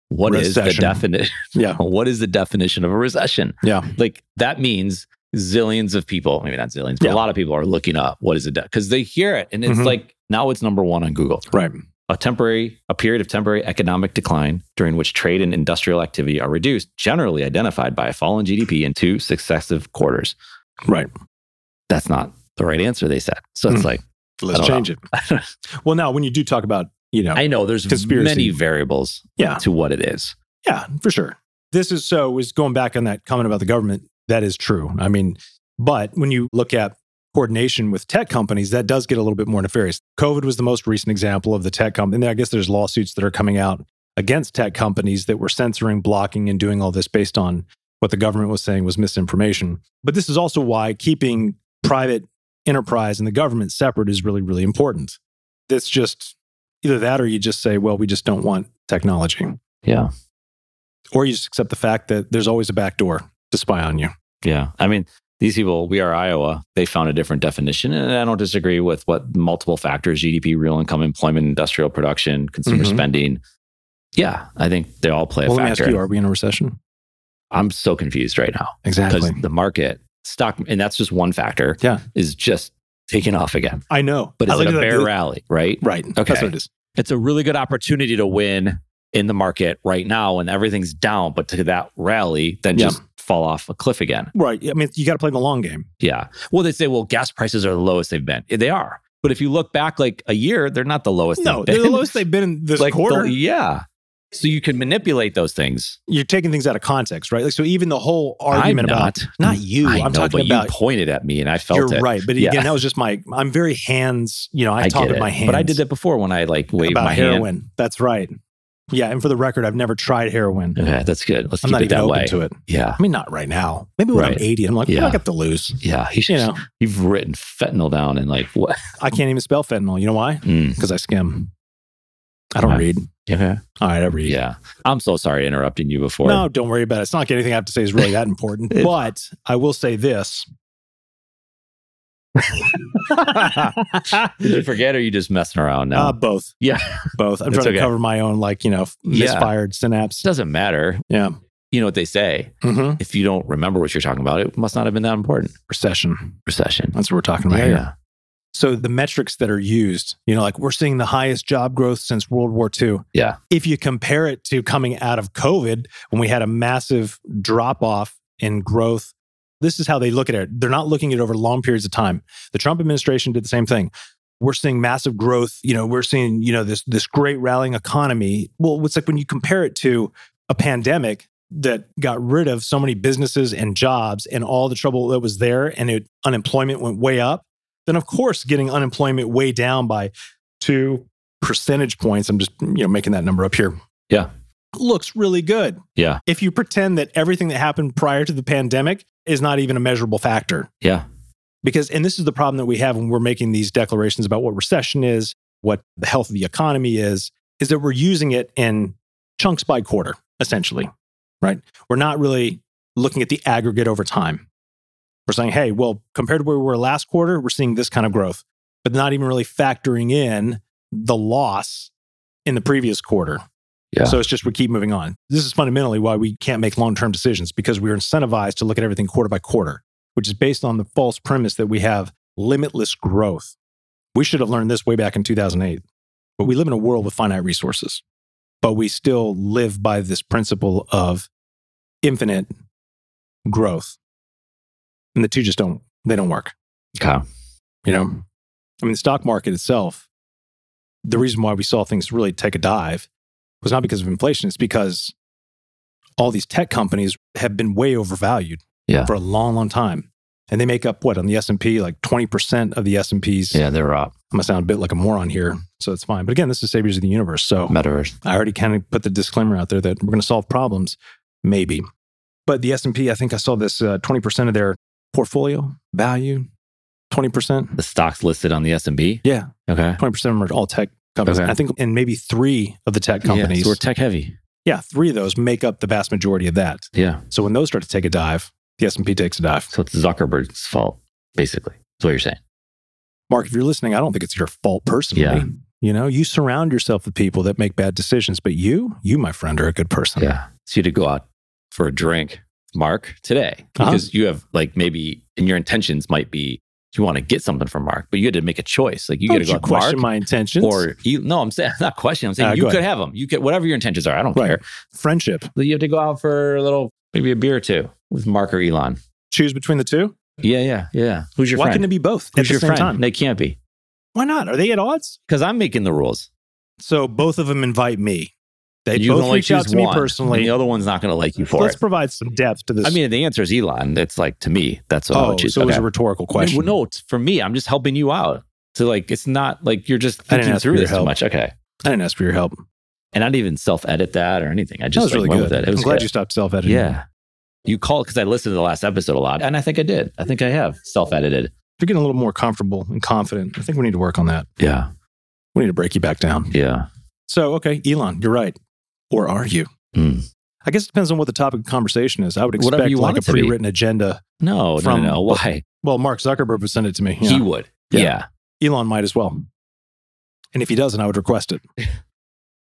What is
Recession.
the definition?
Yeah.
What is the definition of a recession?
Yeah.
Like that means zillions of people, maybe not zillions, but
Yeah.
a lot of people are looking up what is it because they hear it and it's
Mhm.
like now it's number one on Google.
Right.
a temporary a period of temporary economic decline during which trade and industrial activity are reduced generally identified by a fall in gdp in two successive quarters
Right.
that's not the right answer they said so it's
Hmm.
like
Let's
I don't
change
know.
it. Well, now, when you do talk about, you know,
i know there's
Conspiracy.
many variables
Yeah.
to what it is
Yeah, for sure. This is so is going back on that comment about the government. That is true. I mean, but when you look at coordination with tech companies, that does get a little bit more nefarious. COVID was the most recent example of the tech company. And I guess there's lawsuits that are coming out against tech companies that were censoring, blocking, and doing all this based on what the government was saying was misinformation. But this is also why keeping private enterprise and the government separate is really, really important. That's just either that or you just say, well, we just don't want technology
yeah
or you just accept the fact that there's always a back door to spy on you.
yeah i mean these people we are iowa they found a different definition and i don't disagree with what multiple factors gdp real income employment industrial production consumer
Mhm.
spending yeah i think they all play
well,
a
let me ask
factor
you: Are we in a recession?
i'm so confused right now because
Exactly.
the market stock and that's just one factor
Yeah.
is just taking off again
I know,
but
I
is it
looked
a
at that the
bear
other-
rally right
Right.
Okay.
That's what it is.
it's a really good opportunity to win in the market right now when everything's down but to that rally then
Yeah.
just fall off a cliff again
Right. I mean, you got to play the long game.
yeah well they say well gas prices are the lowest they've been they are but if you look back like a year they're not the lowest
No,
they've
they're
been.
the lowest they've been in this
like the-
quarter.
yeah so you can manipulate those things
You're taking things out of context, right? Like, so even the whole argument
I'm
about
not
not you,
I
am
know,
talking
but
about.
you pointed at me and i felt
You're
it
right, but
Yeah.
again, that was just my. I'm very hands. You know, I, talk
get
with
it.
my hands.
But I did that before when I like waved
about
my hand.
heroin. That's right. Yeah, and for the record, I've never tried heroin.
Okay, that's good. Let's
I'm
keep
not
it
even
that
open
way.
to it.
Yeah,
I mean, not right now. Maybe when I'm
Right.
80, I'm like, yeah.
Yeah.
I got to lose.
yeah. He should.
You know,
You've written fentanyl down and like what?
I can't even spell fentanyl. You know why?
Mm.
Because I skim. I don't
Okay.
read.
Yeah,
All right, I read.
yeah. I'm so sorry interrupting you before.
No, don't worry about it. It's not like anything I have to say is really that important.
It-
but I will say this.
Did you forget, or are you just messing around now?
Uh, both.
Yeah.
Both. I'm
That's
trying to
okay.
cover my own, like, you know,
Yeah.
misfired synapse.
it doesn't matter.
Yeah.
You know what they say.
Mm-hmm.
If you don't remember what you're talking about, it must not have been that important.
Recession.
Recession.
That's what we're talking about
Yeah,
here.
yeah.
So the metrics that are used, you know, like we're seeing the highest job growth since World War II.
Yeah.
If you compare it to coming out of COVID when we had a massive drop off in growth, this is how they look at it. They're not looking at it over long periods of time. The Trump administration did the same thing. We're seeing massive growth, you know, we're seeing, you know, this this great rallying economy. Well, it's like when you compare it to a pandemic that got rid of so many businesses and jobs and all the trouble that was there and it, unemployment went way up then of course getting unemployment way down by two percentage points i'm just you know making that number up here
Yeah.
looks really good
Yeah.
if you pretend that everything that happened prior to the pandemic is not even a measurable factor
Yeah.
because and this is the problem that we have when we're making these declarations about what recession is what the health of the economy is is that we're using it in chunks by quarter essentially right we're not really looking at the aggregate over time we're saying hey well compared to where we were last quarter we're seeing this kind of growth but not even really factoring in the loss in the previous quarter
Yeah.
so it's just we keep moving on this is fundamentally why we can't make long-term decisions because we're incentivized to look at everything quarter by quarter which is based on the false premise that we have limitless growth. We should have learned this way back in 2008. But we live in a world with finite resources, but we still live by this principle of infinite growth. And the two just don't, they don't work.
Okay.
You know, I mean, the stock market itself, the reason why we saw things really take a dive was not because of inflation, it's because all these tech companies have been way overvalued
Yeah.
for a long, long time. And they make up what on the S&P, like 20% of the S&P's.
Yeah, they're up.
I'm going to sound a bit like a moron here, so it's fine. But again, this is Saviors of the Universe. So
Metaverse.
I already kind of put the disclaimer out there that we're going to solve problems, maybe. But the S&P, I think I saw this uh, 20% of their portfolio value, 20%.
The stocks listed on the S and P.
Yeah,
Okay.
twenty percent of them are all tech companies.
Okay.
I think, and maybe three of the tech
Yeah,
companies.
so
Yeah,
we're tech heavy.
three of those make up the vast majority of that.
Yeah.
So when those start to take a dive, the S and P takes a dive.
So it's Zuckerberg's fault, basically. That's what you're saying.
Mark, if you're listening, I don't think it's your fault personally.
Yeah.
You know, you surround yourself with people that make bad decisions, but you, you, my friend, are a good person.
Yeah. So you to go out for a drink, Mark, today.
Uh-huh.
Because you have like maybe and your intentions might be you want to get something from Mark, but you had to make a choice. Like you
Don't
gotta go
you
out with
question
Mark.
my intentions
or you, no, I'm saying not questioning. I'm saying
Uh,
you
go
could
ahead.
have them. You could whatever your intentions are. I don't
Right.
care.
friendship.
But You have to go out for a little, maybe a beer or two with Mark or Elon.
Choose between the two.
Yeah, yeah, yeah. Who's your
Why
friend?
couldn't it be both
Who's
at the
your
same
friend?
time?
They can't be
Why not? Are they at odds?
because I'm making the rules.
So both of them invite me. They
you
both
can only
reach out
choose
to me
one, and
personally.
the other one's not going to like you for
Let's
it.
provide some depth to this.
I mean, the answer is Elon. It's like to me, that's what I
oh,
would choose.
so it was
Okay.
a rhetorical question.
Well, no, it's for me. I'm just helping you out. To like, it's not like you're just
I didn't ask
thinking
for
through
your
this too
help.
much. Okay,
I didn't ask for your help.
and I didn't even self edit that or anything. I
That
just
was
like,
really
went
good.
with it. It
I'm
was
glad
good.
you stopped self editing.
Yeah. You call because I listened to the last episode a lot, and I think I did. I think I have self edited.
You're getting a little more comfortable and confident. I think we need to work on that.
Yeah.
We need to break you back down.
Yeah.
So, okay, Elon, you're right. Or are you?
Mm.
I guess it depends on what the topic of conversation is. I would expect
Whatever you
like
want
a
it to be.
pre written agenda.
No,
From-
no, no, no. Why?
Well, Mark Zuckerberg would send it to me.
He
Yeah.
would.
Yeah.
Yeah.
Elon might as well. And if he doesn't, I would request it.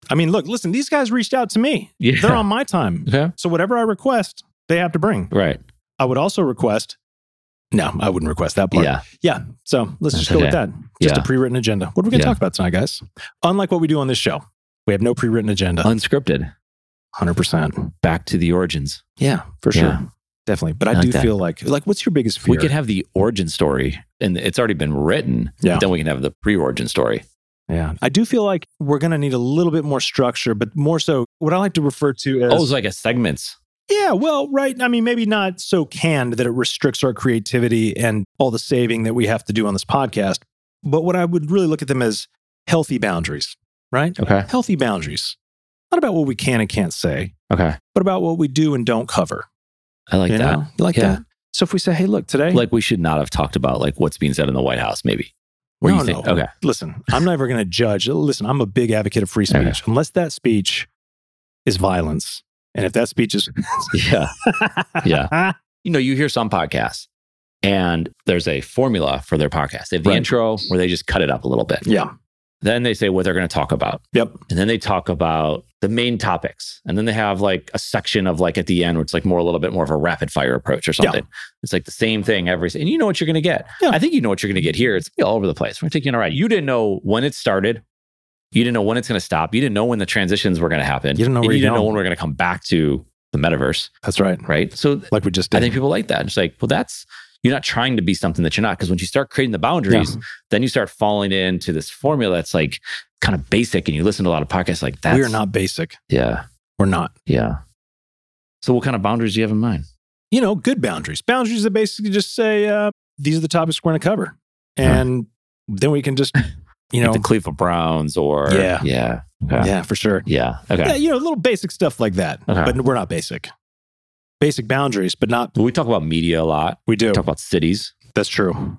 I mean, look, listen, these guys reached out to me.
Yeah.
They're on my time.
Okay.
So whatever I request, they have to bring.
Right.
I would also request, no, I wouldn't request that part.
Yeah.
Yeah. So let's just
That's
go with
okay.
that. Just
Yeah.
a pre written agenda. What are we going to
Yeah.
talk about tonight, guys? Unlike what we do on this show, we have no pre written agenda.
Unscripted.
100%.
Back to the origins.
Yeah, for
Yeah.
sure. Definitely. But I,
I like
do
that.
feel like, like, what's your biggest fear?
We could have the origin story, and it's already been written.
Yeah.
Then we can have the pre origin story.
yeah. I do feel like we're going to need a little bit more structure, but more so what I like to refer to as.
Oh, it's like a segments.
Yeah, well, right. I mean, maybe not so canned that it restricts our creativity and all the saving that we have to do on this podcast. But what I would really look at them as healthy boundaries, right?
Okay.
Healthy boundaries. not about what we can and can't say,
Okay.
but about what we do and don't cover.
I like
you
that.
know? You like
Yeah.
that? So if we say, hey, look, today,
Like we should not have talked about like what's being said in the White House, maybe. Where
No,
you think
no.
okay.
listen, I'm never going to judge. Listen, I'm a big advocate of free speech.
Okay.
Unless that speech is violence. And if that speech is,
Yeah. Yeah. you know, you hear some podcasts and there's a formula for their podcast. They have the
Right.
intro where they just cut it up a little bit.
yeah,
Then they say what they're going to talk about.
Yep.
And then they talk about the main topics. And then they have like a section of like at the end where it's like more a little bit more of a rapid fire approach or
Yeah.
something. It's like the same thing every and you know what you're going to get.
Yeah.
I think you know what you're going to get here. It's all over the place. We're going to take you on a ride. You didn't know when it started. You didn't know when it's going to stop. You didn't know when the transitions were going to happen.
You didn't know
And
where
you
you're
didn't know
going.
when we're going to come back to the metaverse,
that's right.
right? So
Like we just did.
I think people like that. It's like, well, that's you're not trying to be something that you're not. Because once you start creating the boundaries, then you start falling into this formula that's like kind of basic. And you listen to a lot of podcasts like that.
we are not basic.
Yeah.
We're not.
Yeah. So what kind of boundaries do you have in mind?
You know, good boundaries. Boundaries that basically just say, uh, these are the topics we're going to cover. And then we can just, you know,
like the Cleveland Browns or
Yeah.
Yeah. Okay.
yeah, for sure.
Yeah. Okay.
Yeah, you know, little basic stuff like that.
Okay.
But we're not basic. Basic boundaries, but not,
We talk about media a lot.
we do.
We talk about cities.
That's true.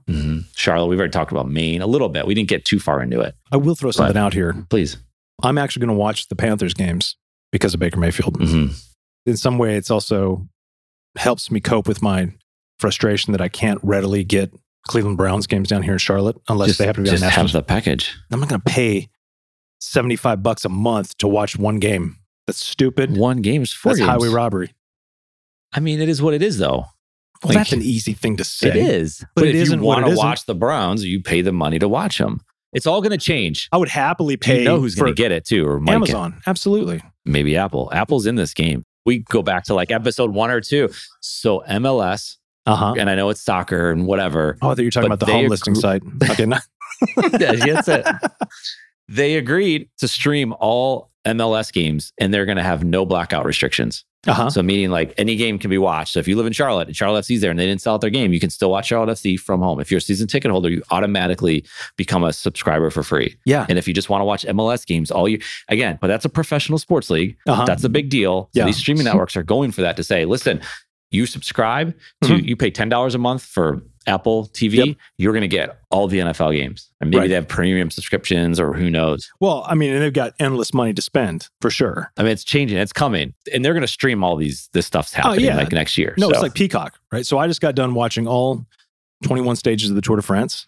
Charlotte, we've already talked about Maine a little bit. We didn't get too far into it.
I will throw something out here.
Please.
I'm actually going to watch the Panthers games because of Baker Mayfield.
Mhm.
In some way, it's also helps me cope with my frustration that I can't readily get Cleveland Browns games down here in Charlotte unless
Just-
they happen to be on
just
national.
have the package.
I'm not going to pay 75 bucks a month to watch one game. That's stupid.
One game is four
That's
games.
highway robbery.
I mean, it is what it is, though.
Well,
Like-
that's an easy thing to say.
It is.
But
But,
it
if you
isn't what
want
it
to
isn't.
watch the Browns, you pay the money to watch them. It's all going to change.
I would happily
Do
pay
you know who's
for
going to get it too, or might
Amazon. Absolutely.
get- maybe Apple. Apple's in this game. We go back to like episode one or two. So MLS,
Uh huh.
and I know it's soccer and whatever.
Oh, I thought you were talking
Uh-huh. But
about the
they
home
are
listing
group-
site. Okay. no-
That's it. They agreed to stream all MLS games, and they're going to have no blackout restrictions.
Uh-huh.
So, meaning like any game can be watched. So, if you live in Charlotte and Charlotte FC's there and they didn't sell out their game, you can still watch Charlotte FC from home. If you're a season ticket holder, you automatically become a subscriber for free.
Yeah.
And if you just want to watch MLS games all year, again, but that's a professional sports league.
Uh-huh.
That's a big deal. So
Yeah.
these streaming networks are going for that to say, listen, you subscribe to,
Mhm.
you pay $10 a month for Apple TV, you're going to get all the NFL games. And maybe
Right.
they have premium subscriptions or who knows.
Well, I mean, and they've got endless money to spend for sure.
I mean, it's changing, it's coming. And they're going to stream all these, this stuff's happening
Oh, yeah.
like next year.
No, it's
So-
like Peacock, right? So I just got done watching all 21 stages of the Tour de France,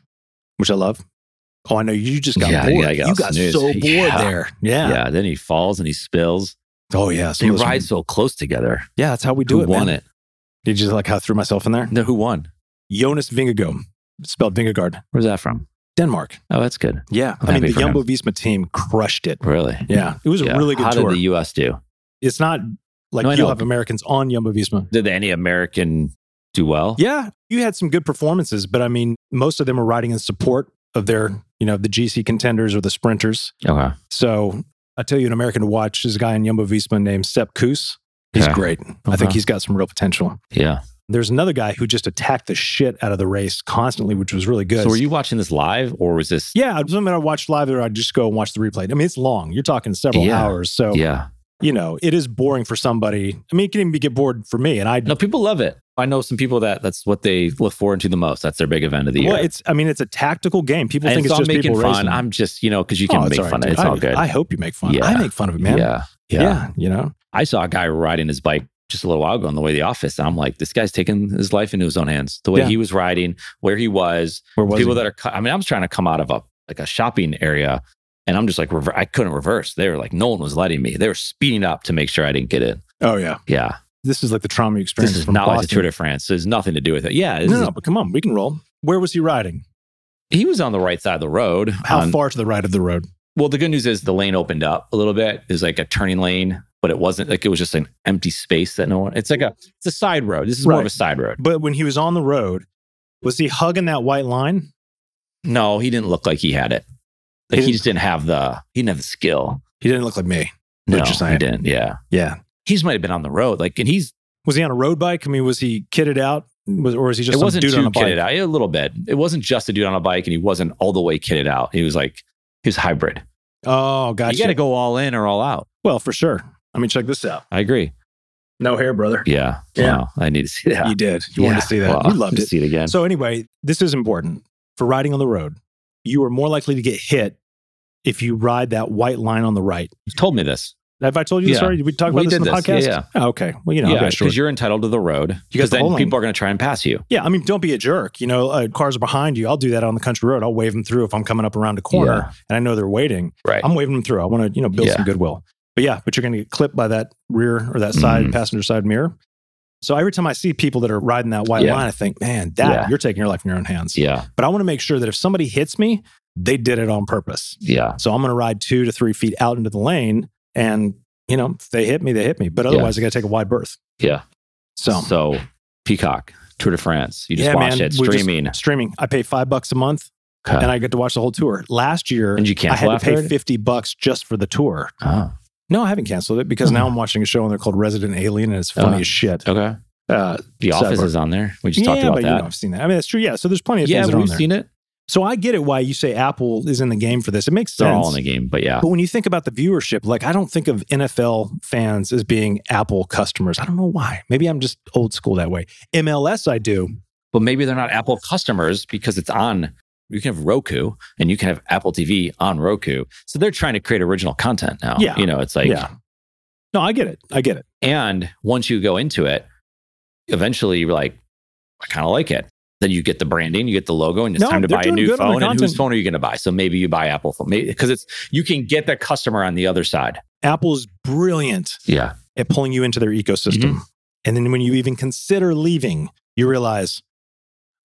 which I love. Oh, I know you just got
Yeah,
bored.
yeah, I got
you got
snooze.
so bored
Yeah.
there. Yeah.
yeah. Then he falls and he spills.
Oh, yeah.
They
those-
ride so close together.
Yeah, that's how we do
who
it.
won
man.
it?
Did you just like how I threw myself in there?
No, who won?
Jonas Vingegaard, spelled Vingegaard,
Where's that from?
Denmark.
Oh, that's good.
Yeah.
I'm
I mean, the
happy for him.
Jumbo Visma team crushed it.
Really?
Yeah. It was a
Yeah.
really good
How
tour.
did the U.S. do?
it's not like
No, I
you
know.
have Americans on Jumbo Visma.
Did any American do well?
Yeah, you had some good performances, but I mean, most of them were riding in support of
Mm-hmm.
their, you know, the GC contenders or the sprinters.
Okay.
So I tell you, an American to watch is a guy in Jumbo Visma named Sepp Kuss. He's
Okay.
great. I think
Okay.
he's got some real potential.
Yeah.
There's another guy who just attacked the shit out of the race constantly, which was really good.
So were you watching this live or was this?
yeah, it doesn't matter. I watched live or I just go and watch the replay. I mean, it's long. You're talking several
Yeah.
hours. So,
Yeah.
you know, it is boring for somebody. I mean, it can even be get bored for me. And I
No, people love it. I know some people that that's what they look forward to the most. That's their big event of the year.
well, it's I mean, it's a tactical game. People
and
think
it's
it's
all
just
making
people
fun.
racing.
I'm just, you know, because you can
Oh,
make
all right,
fun of it.
dude.
It's
I,
all good.
I hope you make fun.
Yeah.
I make fun of it, man. Yeah.
Yeah. Yeah.
you know.
I saw a guy riding his bike just a little while ago on the way to the office. And I'm like, this guy's taking his life into his own hands. The way
Yeah.
he was riding, where he was,
Where was
people
he?
that are, cu- I mean, I was trying to come out of a like a shopping area, and I'm just like, rever- I couldn't reverse. They were like, no one was letting me. They were speeding up to make sure I didn't get in.
Oh yeah,
Yeah,
this is like the trauma you
this
experienced.
is
from
not like the
Boston.
Tour de France. There's nothing to do with it. Yeah, this
No,
is-
no, but come on, we can roll. Where was he riding?
he was on the right side of the road.
How
on-
far to the right of the road?
Well, the good news is the lane opened up a little bit. There's like a turning lane, but it wasn't like it was just an empty space that no one. It's like a it's a side road. This is more of
Right.
a side road.
But when he was on the road, was he hugging that white line?
No, he didn't look like he had it. Like
He
he, just didn't have the he didn't have the skill.
He didn't look like me. What
No,
you're
he
saying.
didn't. Yeah,
Yeah.
he's might have been on the road. Like, and he's
Was he on a road bike? I mean, was he kitted out? Was, or was he just
it
some
wasn't
dude
too
on a bike?
kitted out a little bit. It wasn't just a dude on a bike, and he wasn't all the way kitted out. He was like he was hybrid.
Oh, gotcha.
You got to go all in or all out.
Well, for sure. I mean, check this out.
I agree.
No hair, brother.
Yeah.
Yeah.
Wow. I need to see that.
You did. You wanted to see that.
Well,
you
I'll
loved
have to
it.
See it again.
So anyway, this is important for riding on the road. You are more likely to get hit if you ride that white line on the right.
you told me this.
Have I told you this
Yeah.
already? Did we talk about
We
this in
did
the
this. Yeah,
podcast?
yeah.
Oh, okay. Well, you know,
yeah,
okay,
because
sure.
you're entitled to the road.
You got
Because
the
then
whole lane.
people are going to try and pass you.
Yeah, I mean, don't be a jerk. You know, uh, cars are behind you. I'll do that on the country road. I'll wave them through if I'm coming up around a corner
Yeah.
and I know they're waiting.
Right.
I'm waving them through. I want to, you know, build
Yeah.
some goodwill. But yeah, but you're going to get clipped by that rear or that side
Mhm.
passenger side mirror. So every time I see people that are riding that white
Yeah.
line, I think, man, that
Yeah.
you're taking your life in your own hands.
yeah.
But I want to make sure that if somebody hits me, they did it on purpose.
Yeah.
So I'm going to ride two to three feet out into the lane, and you know, if they hit me, they hit me. But otherwise, I got to take a wide berth.
Yeah.
So,
So, Peacock, Tour de France. You just
yeah,
watch
man,
it
we just-
streaming.
streaming. I pay five bucks a month,
Okay.
and I get to watch the whole tour. Last year,
and you
I
cancel
had to
after
pay
it?
fifty bucks just for the tour.
Oh,
No, I haven't canceled it because
Hmm.
now I'm watching a show on there called Resident Alien, and it's funny
Oh.
as shit.
okay.
Uh,
The
So-
Office is on there. We just
yeah,
talked about
but
that.
you know, I've seen that. I mean, that's true. Yeah, so there's plenty of
yeah,
things that are on
we've
there.
seen it.
so I get it why you say Apple is in the game for this. It makes sense.
They're all in the game, but yeah.
But when you think about the viewership, like I don't think of NFL fans as being Apple customers. I don't know why. Maybe I'm just old school that way. MLS, I do.
But maybe they're not Apple customers because it's on. You can have Roku and you can have Apple TV on Roku. So they're trying to create original content now.
Yeah.
You know, it's like,
yeah. No, I get it. I get it.
And once you go into it, eventually you're like, I kind of like it. Then you get the branding, you get the logo, and it's
No,
time to
they're
buy a
doing
new
good on the
phone. And whose
content.
phone are you going to buy? So maybe you buy Apple phone because it's you can get the customer on the other side.
Apple's brilliant
Yeah,
at pulling you into their
Mm-hmm.
ecosystem. And then when you even consider leaving, you realize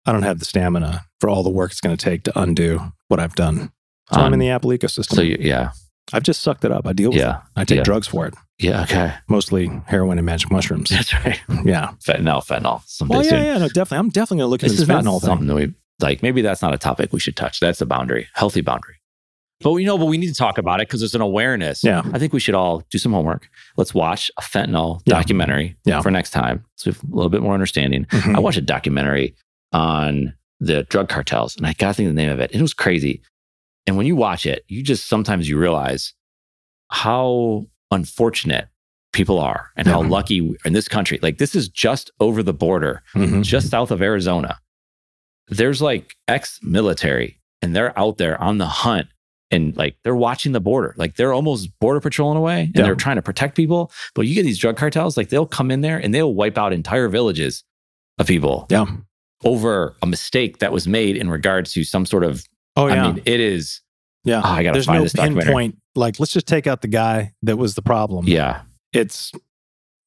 I don't have the stamina for all the work it's going to take to undo what I've done. So I'm
Um,
in the Apple ecosystem.
So you, yeah,
I've just sucked it up. I deal with it.
yeah,
I take
yeah.
drugs for it,
yeah. Okay,
mostly heroin and magic mushrooms.
that's right.
yeah.
Fentanyl, fentanyl. Someday
Well,
soon.
Oh, yeah, yeah, no, definitely. I'm definitely going to look into this
This is not
fentanyl thing.
something that we like. Maybe that's not a topic we should touch. That's a boundary, healthy boundary. But we know, but we need to talk about it because there's an awareness.
Yeah.
I think we should all do some homework. Let's watch a fentanyl
Yeah.
documentary
Yeah.
for next time. So we have a little bit more understanding.
Mhm.
I watched a documentary on the drug cartels and I got to think of the name of it. It was crazy. And when you watch it, you just sometimes you realize how unfortunate people are and how
Yeah.
lucky we- in this country. Like this is just over the border
Mhm.
just south of Arizona, there's like ex military and they're out there on the hunt and like they're watching the border. Like they're almost border patrolling away and
Yeah.
they're trying to protect people. But you get these drug cartels, like they'll come in there and they'll wipe out entire villages of people
Yeah.
over a mistake that was made in regards to some sort of,
Oh yeah.
I mean, it is,
yeah.
oh, I got to
There's
find
no
this documentary.
pinpoint. Like, let's just take out the guy that was the problem.
Yeah.
It's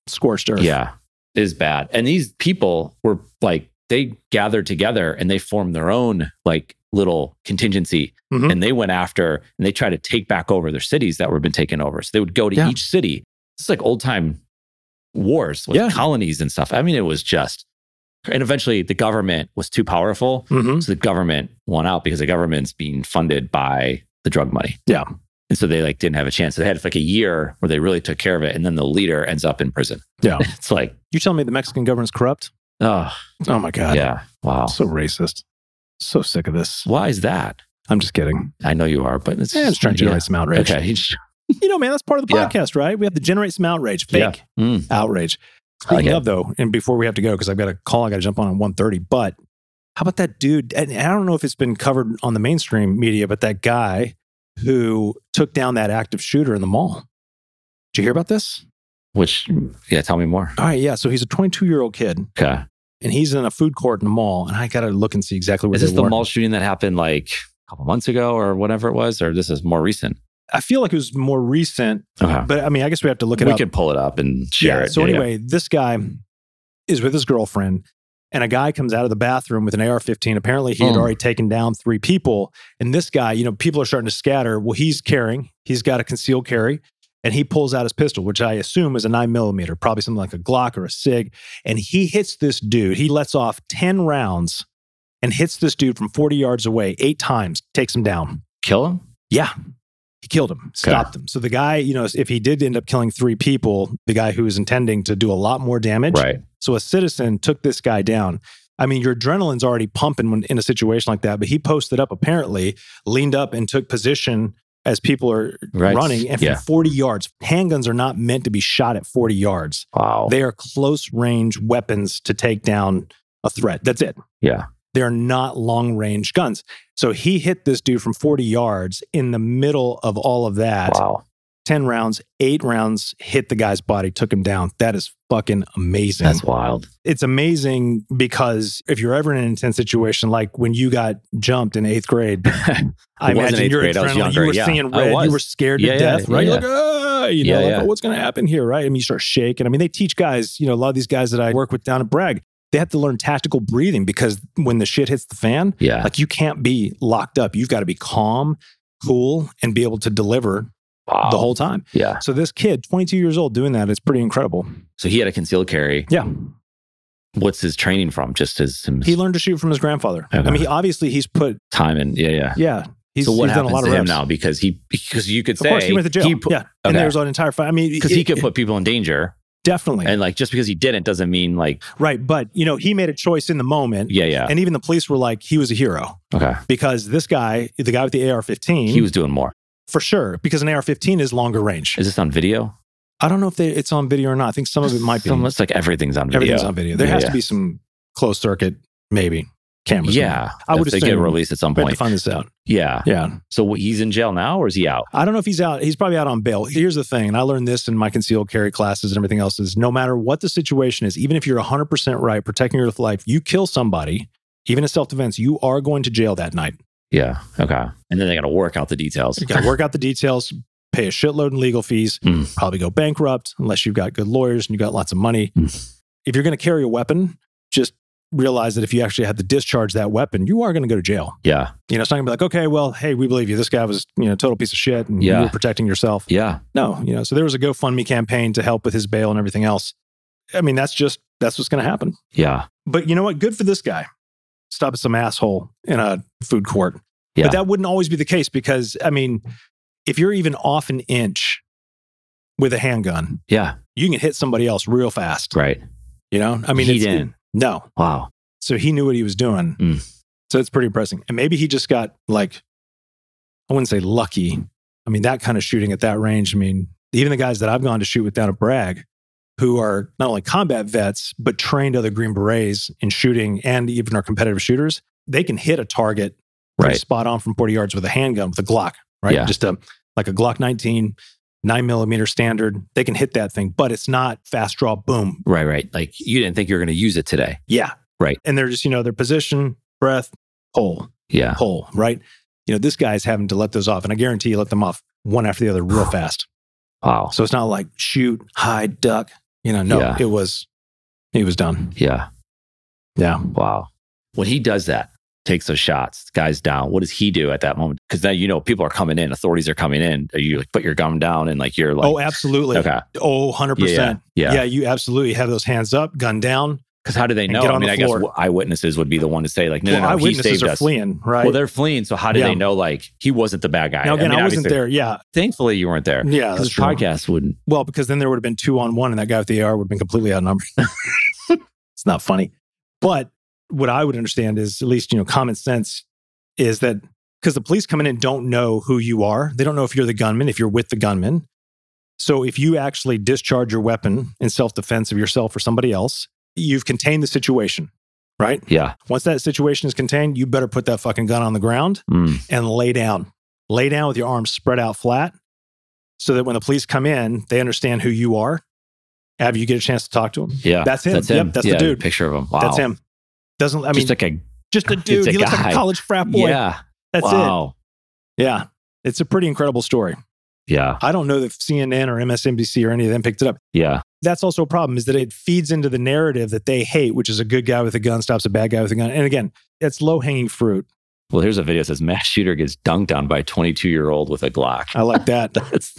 scorched earth.
Yeah. It is bad. And these people were like, they gathered together and they formed their own like little contingency
Mhm.
and they went after and they tried to take back over their cities that were been taken over. So they would go to
Yeah.
each city. It's like old time wars with
Yeah.
colonies and stuff. I mean, it was just, and eventually the government was too powerful.
hmm
So the government won out because the government's being funded by the drug money.
Yeah.
And so they like didn't have a chance. They had like a year where they really took care of it. And then the leader ends up in prison.
Yeah.
It's like,
You tell me the Mexican government's corrupt?
Oh,
Oh my god.
yeah. Wow.
So racist. So sick of this.
Why is that?
I'm just kidding.
I know you are, but it's
Yeah, I'm just trying to generate some
yeah.
outrage.
Okay.
You know, man, that's part of the
Yeah.
podcast, right? We have to generate some outrage. Fake
Yeah. Mm.
outrage.
I like
Speaking
it.
of though, and before we have to go, because I've got a call I gotta jump on at 1.30, but how about that dude? And I don't know if it's been covered on the mainstream media, but that guy who took down that active shooter in the mall. Did you hear about this?
Which, yeah, tell me more.
All right, yeah. So he's a 22 year old kid,
Okay.
and he's in a food court in the mall. And I gotta look and see exactly where
Is this
they
the
were.
mall shooting that happened like a couple months ago or whatever it was? Or this is more recent?
I feel like it was more recent,
Okay.
but I mean, I guess we have to look it
we
up.
could pull it up and share it.
So anyway, this guy is with his girlfriend, and a guy comes out of the bathroom with an AR-15. Apparently, he had
Mm.
already taken down three people, and this guy, you know, people are starting to scatter. Well, he's carrying; he's got a concealed carry, and he pulls out his pistol, which I assume is a nine millimeter, probably something like a Glock or a Sig, and he hits this dude. He lets off ten rounds and hits this dude from forty yards away eight times, takes him down.
kill him?
Yeah. He killed him, stopped him. So the guy, you know, if he did end up killing three people, the guy who was intending to do a lot more damage.
Right.
So a citizen took this guy down. I mean, your adrenaline's already pumping when in a situation like that, but he posted up apparently, leaned up and took position as people are
Right.
running and from
Yeah.
40 yards. Handguns are not meant to be shot at 40 yards.
Wow.
They are close range weapons to take down a threat. That's it.
Yeah.
They're not long range guns. So he hit this dude from 40 yards in the middle of all of that.
wow.
10 rounds, eight rounds hit the guy's body, took him down. That is fucking amazing.
That's wild.
it's amazing because if you're ever in an intense situation, like when you got jumped in eighth grade, I
It wasn't
imagine
eighth
your
grade, I was
adrenaline,
younger,
you were
yeah.
seeing
I
red, you
was.
were scared to
Yeah, yeah,
death, right? You're
yeah.
like, ah, you know,
Yeah,
like,
yeah.
"Oh, what's going to happen here, right? I mean, you start shaking. I mean, they teach guys, you know, a lot of these guys that I work with down at Bragg, they have to learn tactical breathing because when the shit hits the fan,
Yeah.
like you can't be locked up. You've got to be calm, cool, and be able to deliver
wow.
the whole time.
Yeah.
So this kid, 22 years old, doing that, it's pretty incredible.
So he had a concealed carry.
Yeah.
What's his training from? Just his, his
He learned to shoot from his grandfather. I
Okay.
mean, he, obviously he's put,
time and yeah, yeah.
yeah, he's,
so what
he's done a
happens
lot
to
of
him
reps.
now? Because he because you could
Of
say
course, he went to jail.
put,
yeah, and
okay.
there was an entire fight. I mean,
because
it-
he could
it-
put people in danger,
definitely
and like just because he didn't doesn't mean like
right, but you know, he made a choice in the moment,
yeah, yeah.
and even the police were like, he was a hero
Okay,
because this guy, the guy with the AR-15,
he was doing more.
for sure because an AR-15 is longer range.
Is this on video?
I don't know if they, it's on video or not. I think some of it might be.
Some- It's like everything's on video.
Everything's on video. There
Yeah,
has
yeah.
to be some closed circuit, maybe cameras.
Yeah,
I would
if they get
assume-
released at some
we have to
point.
find this out.
Yeah.
Yeah.
So what, he's in jail now, or is he out?
I don't know if he's out. He's probably out on bail. Here's the thing, and I learned this in my concealed carry classes and everything else is no matter what the situation is, even if you're 100% right, protecting your life, you kill somebody, even in self defense, you are going to jail that night.
Yeah. Okay. And then they got to work out the details.
You got to work out the details, pay a shitload in legal fees,
Hmm.
probably go bankrupt unless you've got good lawyers and you've got lots of money.
Hmm.
If you're going to carry a weapon, just realize that if you actually have to discharge that weapon, you are going to go to jail.
Yeah.
You know, it's not going to be like, okay, well, hey, we believe you. This guy was, you know, a total piece of shit and you
Yeah.
were protecting yourself.
Yeah.
No, you know, so there was a GoFundMe campaign to help with his bail and everything else. I mean, that's just that's what's going to happen.
Yeah.
But you know what? Good for this guy. Stop some asshole in a food court.
Yeah.
But that wouldn't always be the case because I mean, if you're even off an inch with a handgun,
Yeah.
you can hit somebody else real fast.
Right.
You know, I mean,
He
it's, it-
didn't.
no.
Wow.
So he knew what he was doing.
Mm.
So it's pretty impressive. And maybe he just got like, I wouldn't say lucky. I mean, that kind of shooting at that range. I mean, even the guys that I've gone to shoot with down at Bragg, who are not only combat vets, but trained other Green Berets in shooting and even are competitive shooters, they can hit a target pretty
Right.
spot on from 40 yards with a handgun, with a Glock, right?
Yeah.
Just a, like a Glock 19, nine millimeter standard. They can hit that thing, but it's not fast draw, boom,
Right. Right. Like you didn't think you were going to use it today.
yeah.
Right.
And they're just, you know, their position, breath, pull,
Yeah.
pull, right? You know, this guy's having to let those off. And I guarantee you let them off one after the other real fast.
Wow.
So it's not like shoot, hide, duck. You know, no,
Yeah.
it was, he was done.
Yeah.
Yeah.
Wow. When he does that, takes those shots, guys down, what does he do at that moment? Because then, you know, people are coming in, authorities are coming in. You like put your gun down and like you're like,
oh, absolutely.
okay.
Oh, 100%.
Yeah.
Yeah,
Yeah. yeah.
you absolutely have those hands up, gun down.
Because how do they
And
know?
get
I
on
mean,
the
I guess
floor.
w- eyewitnesses would be the one to say, like, no,
well,
no, no, he
eyewitnesses
saved
are
us.
fleeing, right?
Well, they're fleeing. So how do
Yeah.
they know, like, he wasn't the bad guy?
now, again, I,
mean,
wasn't
obviously-
there. Yeah.
Thankfully, you weren't there.
Yeah.
Because
That's
this
true.
podcast wouldn't.
Well, because then there would have been two on one, and that guy with the AR would have been completely outnumbered. it's not funny. But what I would understand is, at least, you know, common sense is that because the police coming in don't know who you are. They don't know if you're the gunman, if you're with the gunman. So if you actually discharge your weapon in self defense of yourself or somebody else, you've contained the situation, right?
Yeah.
Once that situation is contained, you better put that fucking gun on the ground
Mm.
and lay down. Lay down with your arms spread out flat so that when the police come in, they understand who you are. Have you get a chance to talk to him?
Yeah.
That's him.
That's
Yep,
him.
that's the
yeah,
dude.
Picture of him. Wow.
That's him. Doesn't, I mean,
Just like a,
just a
it's
dude.
a
he looks like
guy.
a college frat boy.
yeah.
That's
wow.
it. Yeah. It's a pretty incredible story.
Yeah.
I don't know if CNN or MSNBC or any of them picked it up.
Yeah.
That's also a problem is that it feeds into the narrative that they hate, which is a good guy with a gun stops a bad guy with a gun. And again, it's low hanging fruit.
Well, here's a video that says mass shooter gets dunked on by a 22 year old with a Glock.
I like that.
That's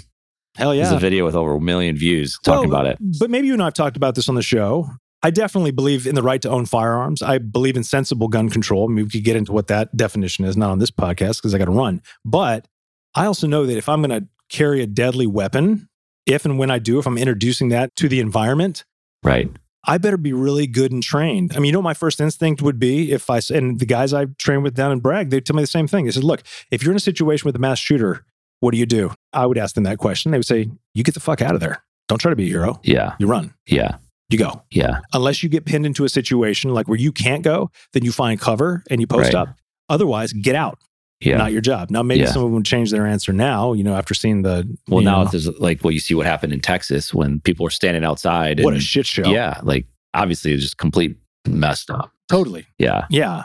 Hell Oh. yeah.
There's a video with over a million views talking
Well,
about it.
But maybe you and I have talked about this on the show. I definitely believe in the right to own firearms. I believe in sensible gun control. I mean, we could get into what that definition is, not on this podcast because I got to run. But I also know that if I'm going to carry a deadly weapon, if and when I do, if I'm introducing that to the environment,
Right.
I better be really good and trained. I mean, you know, what my first instinct would be if I, s- and the guys I trained with down in Bragg, they tell me the same thing. They said, look, if you're in a situation with a mass shooter, What do you do? I would ask them that question. They would say, You get the fuck out of there. Don't try to be a hero.
Yeah.
You run,
Yeah.
you go.
Yeah.
Unless you get pinned into a situation like where you can't go, then you find cover and you post
Right.
up. Otherwise, get out.
Yeah.
Not your job. Now, maybe
Yeah.
some of them would change their answer now, you know, after seeing the.
well,
you
now
know,
it's just like, well, you see what happened in Texas when people were standing outside. And,
what a shit show.
Yeah. Like, obviously, it's just complete messed up.
Totally.
Yeah.
Yeah.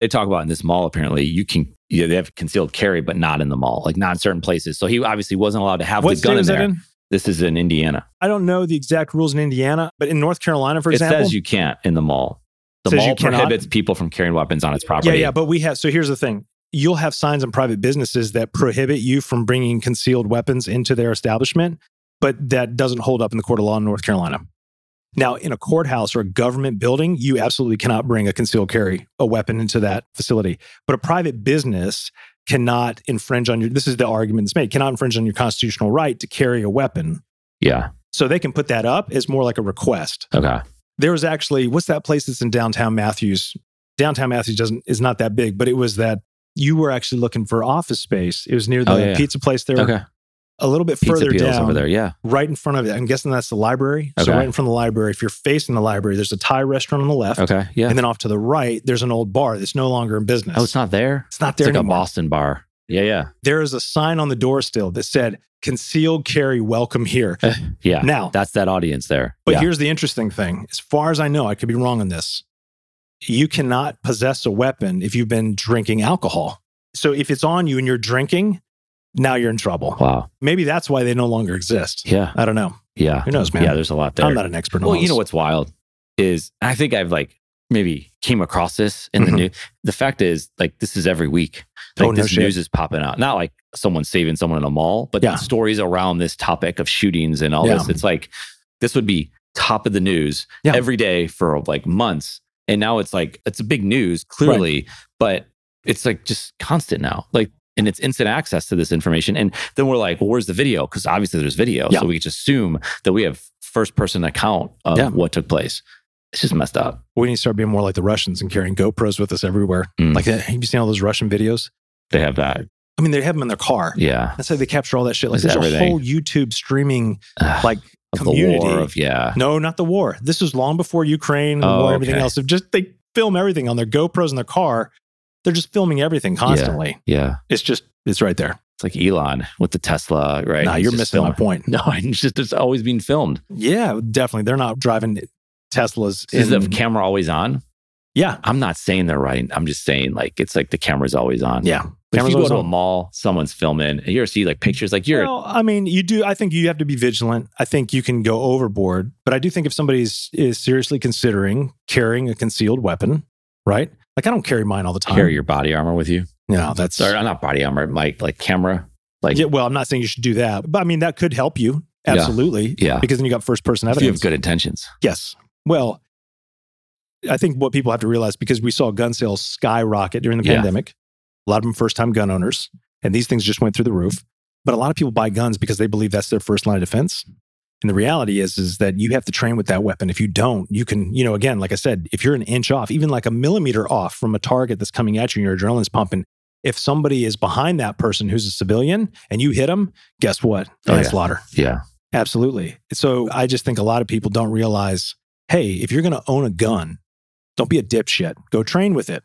They talk about in this mall, apparently, you can, yeah, they have concealed carry, but not in the mall, like not in certain places. So he obviously wasn't allowed to have
what
the
state
gun in
was that
there.
in?
This is in Indiana.
I don't know the exact rules in Indiana, but in North Carolina, for
it
example,
says you can't in the mall. The
Says you
mall
cannot?
prohibits people from carrying weapons on its
yeah,
property.
yeah. But we have. So here's the thing: you'll have signs on private businesses that prohibit you from bringing concealed weapons into their establishment, but that doesn't hold up in the court of law in North Carolina. Now, in a courthouse or a government building, you absolutely cannot bring a concealed carry a weapon into that facility. But a private business cannot infringe on your. This is the argument that's made: cannot infringe on your constitutional right to carry a weapon.
Yeah.
So they can put that up as more like a request.
Okay.
there was actually what's that place that's in downtown Matthews? Downtown Matthews doesn't is not that big, but it was that you were actually looking for office space. It was near the
Oh, yeah.
pizza place there,
Okay.
a little bit
Pizza
further
Peel's
down,
over there. Yeah.
right in front of it. I'm guessing that's the library. So
Okay.
right in front of the library, if you're facing the library, there's a Thai restaurant on the left,
Okay. Yeah.
and then off to the right, there's an old bar that's no longer in business.
oh, it's not there.
It's not
It's
there
like a
anymore.
Boston bar. Yeah. Yeah.
There is a sign on the door still that said "Concealed Carry Welcome Here."
Yeah.
Now,
That's that audience there.
But
yeah.
here's the interesting thing. As far as I know, I could be wrong on this. You cannot possess a weapon if you've been drinking alcohol. So if it's on you and you're drinking, now you're in trouble.
wow.
Maybe that's why they no longer exist.
Yeah.
I don't know.
Yeah.
Who knows, man?
Yeah. There's a lot there.
I'm not an expert on
well,
all
you know
this.
what's wild is I think I've like maybe came across this in
Mhm.
the news. The fact is, like, this is every week. Like,
Oh, no
this
shit.
news is popping out. Not like someone saving someone in a mall, but
Yeah.
stories around this topic of shootings and all
Yeah.
this. It's like this would be top of the news
Yeah.
every day for like months. And now it's like it's a big news, clearly, but it's like just constant now. Like and it's instant access to this information. And then we're like, well, where's the video? Because obviously there's video.
Yeah.
So we just assume that we have first person account of
Yeah.
what took place. It's just messed up.
We need to start being more like the Russians and carrying GoPros with us everywhere.
Mm.
Like, eh, have you seen all those Russian videos?
They have that.
I mean, they have them in their car.
Yeah.
That's how they capture all that shit. Like,
It's
there's a
everything.
whole YouTube streaming,
Ugh,
like,
Of
community.
the war of yeah.
No, not the war. This is long before Ukraine and the
Oh,
war, everything
okay.
else. They've just they film everything on their GoPros in their car. They're just filming everything constantly.
Yeah.
It's just it's right there.
It's like Elon with the Tesla, right?
nah,
He's
you're
just
missing my
filming.
point.
No, it's just it's always being filmed.
Yeah, definitely. They're not driving Teslas.
Is
in-
the camera always on?
yeah,
I'm not saying they're right. I'm just saying like it's like the camera's always on.
yeah.
But if
Cameras
you go
always
to a
on.
mall, someone's filming, and you ever see like pictures, like you're
Well, I mean, you do. I think you have to be vigilant. I think you can go overboard, but I do think if somebody's is seriously considering carrying a concealed weapon, right? Like I don't carry mine all the time.
carry your body armor with you.
No, that's
Sorry, not body armor, like like camera. Like
yeah, well, I'm not saying you should do that, but I mean that could help you
Yeah.
absolutely.
Yeah.
because then you got first person
if
evidence.
you have good intentions.
yes. Well, I think what people have to realize because we saw gun sales skyrocket during the
Yeah.
pandemic, a lot of them first time gun owners, and these things just went through the roof. But a lot of people buy guns because they believe that's their first line of defense. And the reality is, is that you have to train with that weapon. If you don't, you can, you know, again, like I said, if you're an inch off, even like a millimeter off from a target that's coming at you and your adrenaline's pumping, if somebody is behind that person who's a civilian and you hit them, guess what?
Oh, yeah.
Manslaughter.
Yeah.
Absolutely. So I just think a lot of people don't realize hey, if you're going to own a gun, don't be a dipshit. Go train with it.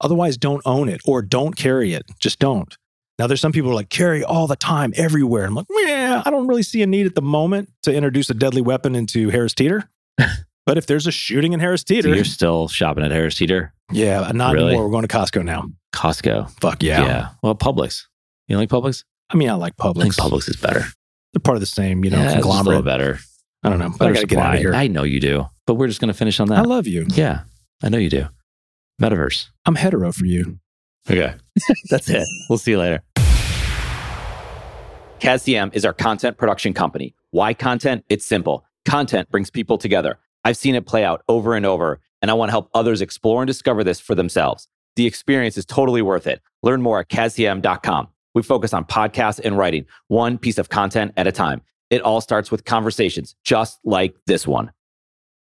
Otherwise, don't own it or don't carry it. Just don't. Now, there's some people who are like, carry all the time, everywhere. I'm like, yeah, I don't really see a need at the moment to introduce a deadly weapon into Harris Teeter. but if there's a shooting in Harris
So
Teeter,
you're still shopping at Harris Teeter,
yeah, not
Really?
anymore. We're going to Costco now.
Costco.
Fuck yeah.
Well, Publix. You like Publix?
I mean, I like
I think
Publix.
Publix is better.
They're part of the same, you know,
Yeah, it's just a little
conglomerate.
better.
I don't know, but I
Better
got to get out
supply.
of here.
I know you do, but we're just gonna finish on that.
I love you.
yeah, I know you do. Metaverse.
I'm hetero for you.
Okay. That's it. We'll see you later.
CasDM is our content production company. Why content? It's simple. Content brings people together. I've seen it play out over and over, and I want to help others explore and discover this for themselves. The experience is totally worth it. Learn more at CasDM.com. We focus on podcasts and writing, one piece of content at a time. It all starts with conversations just like this one.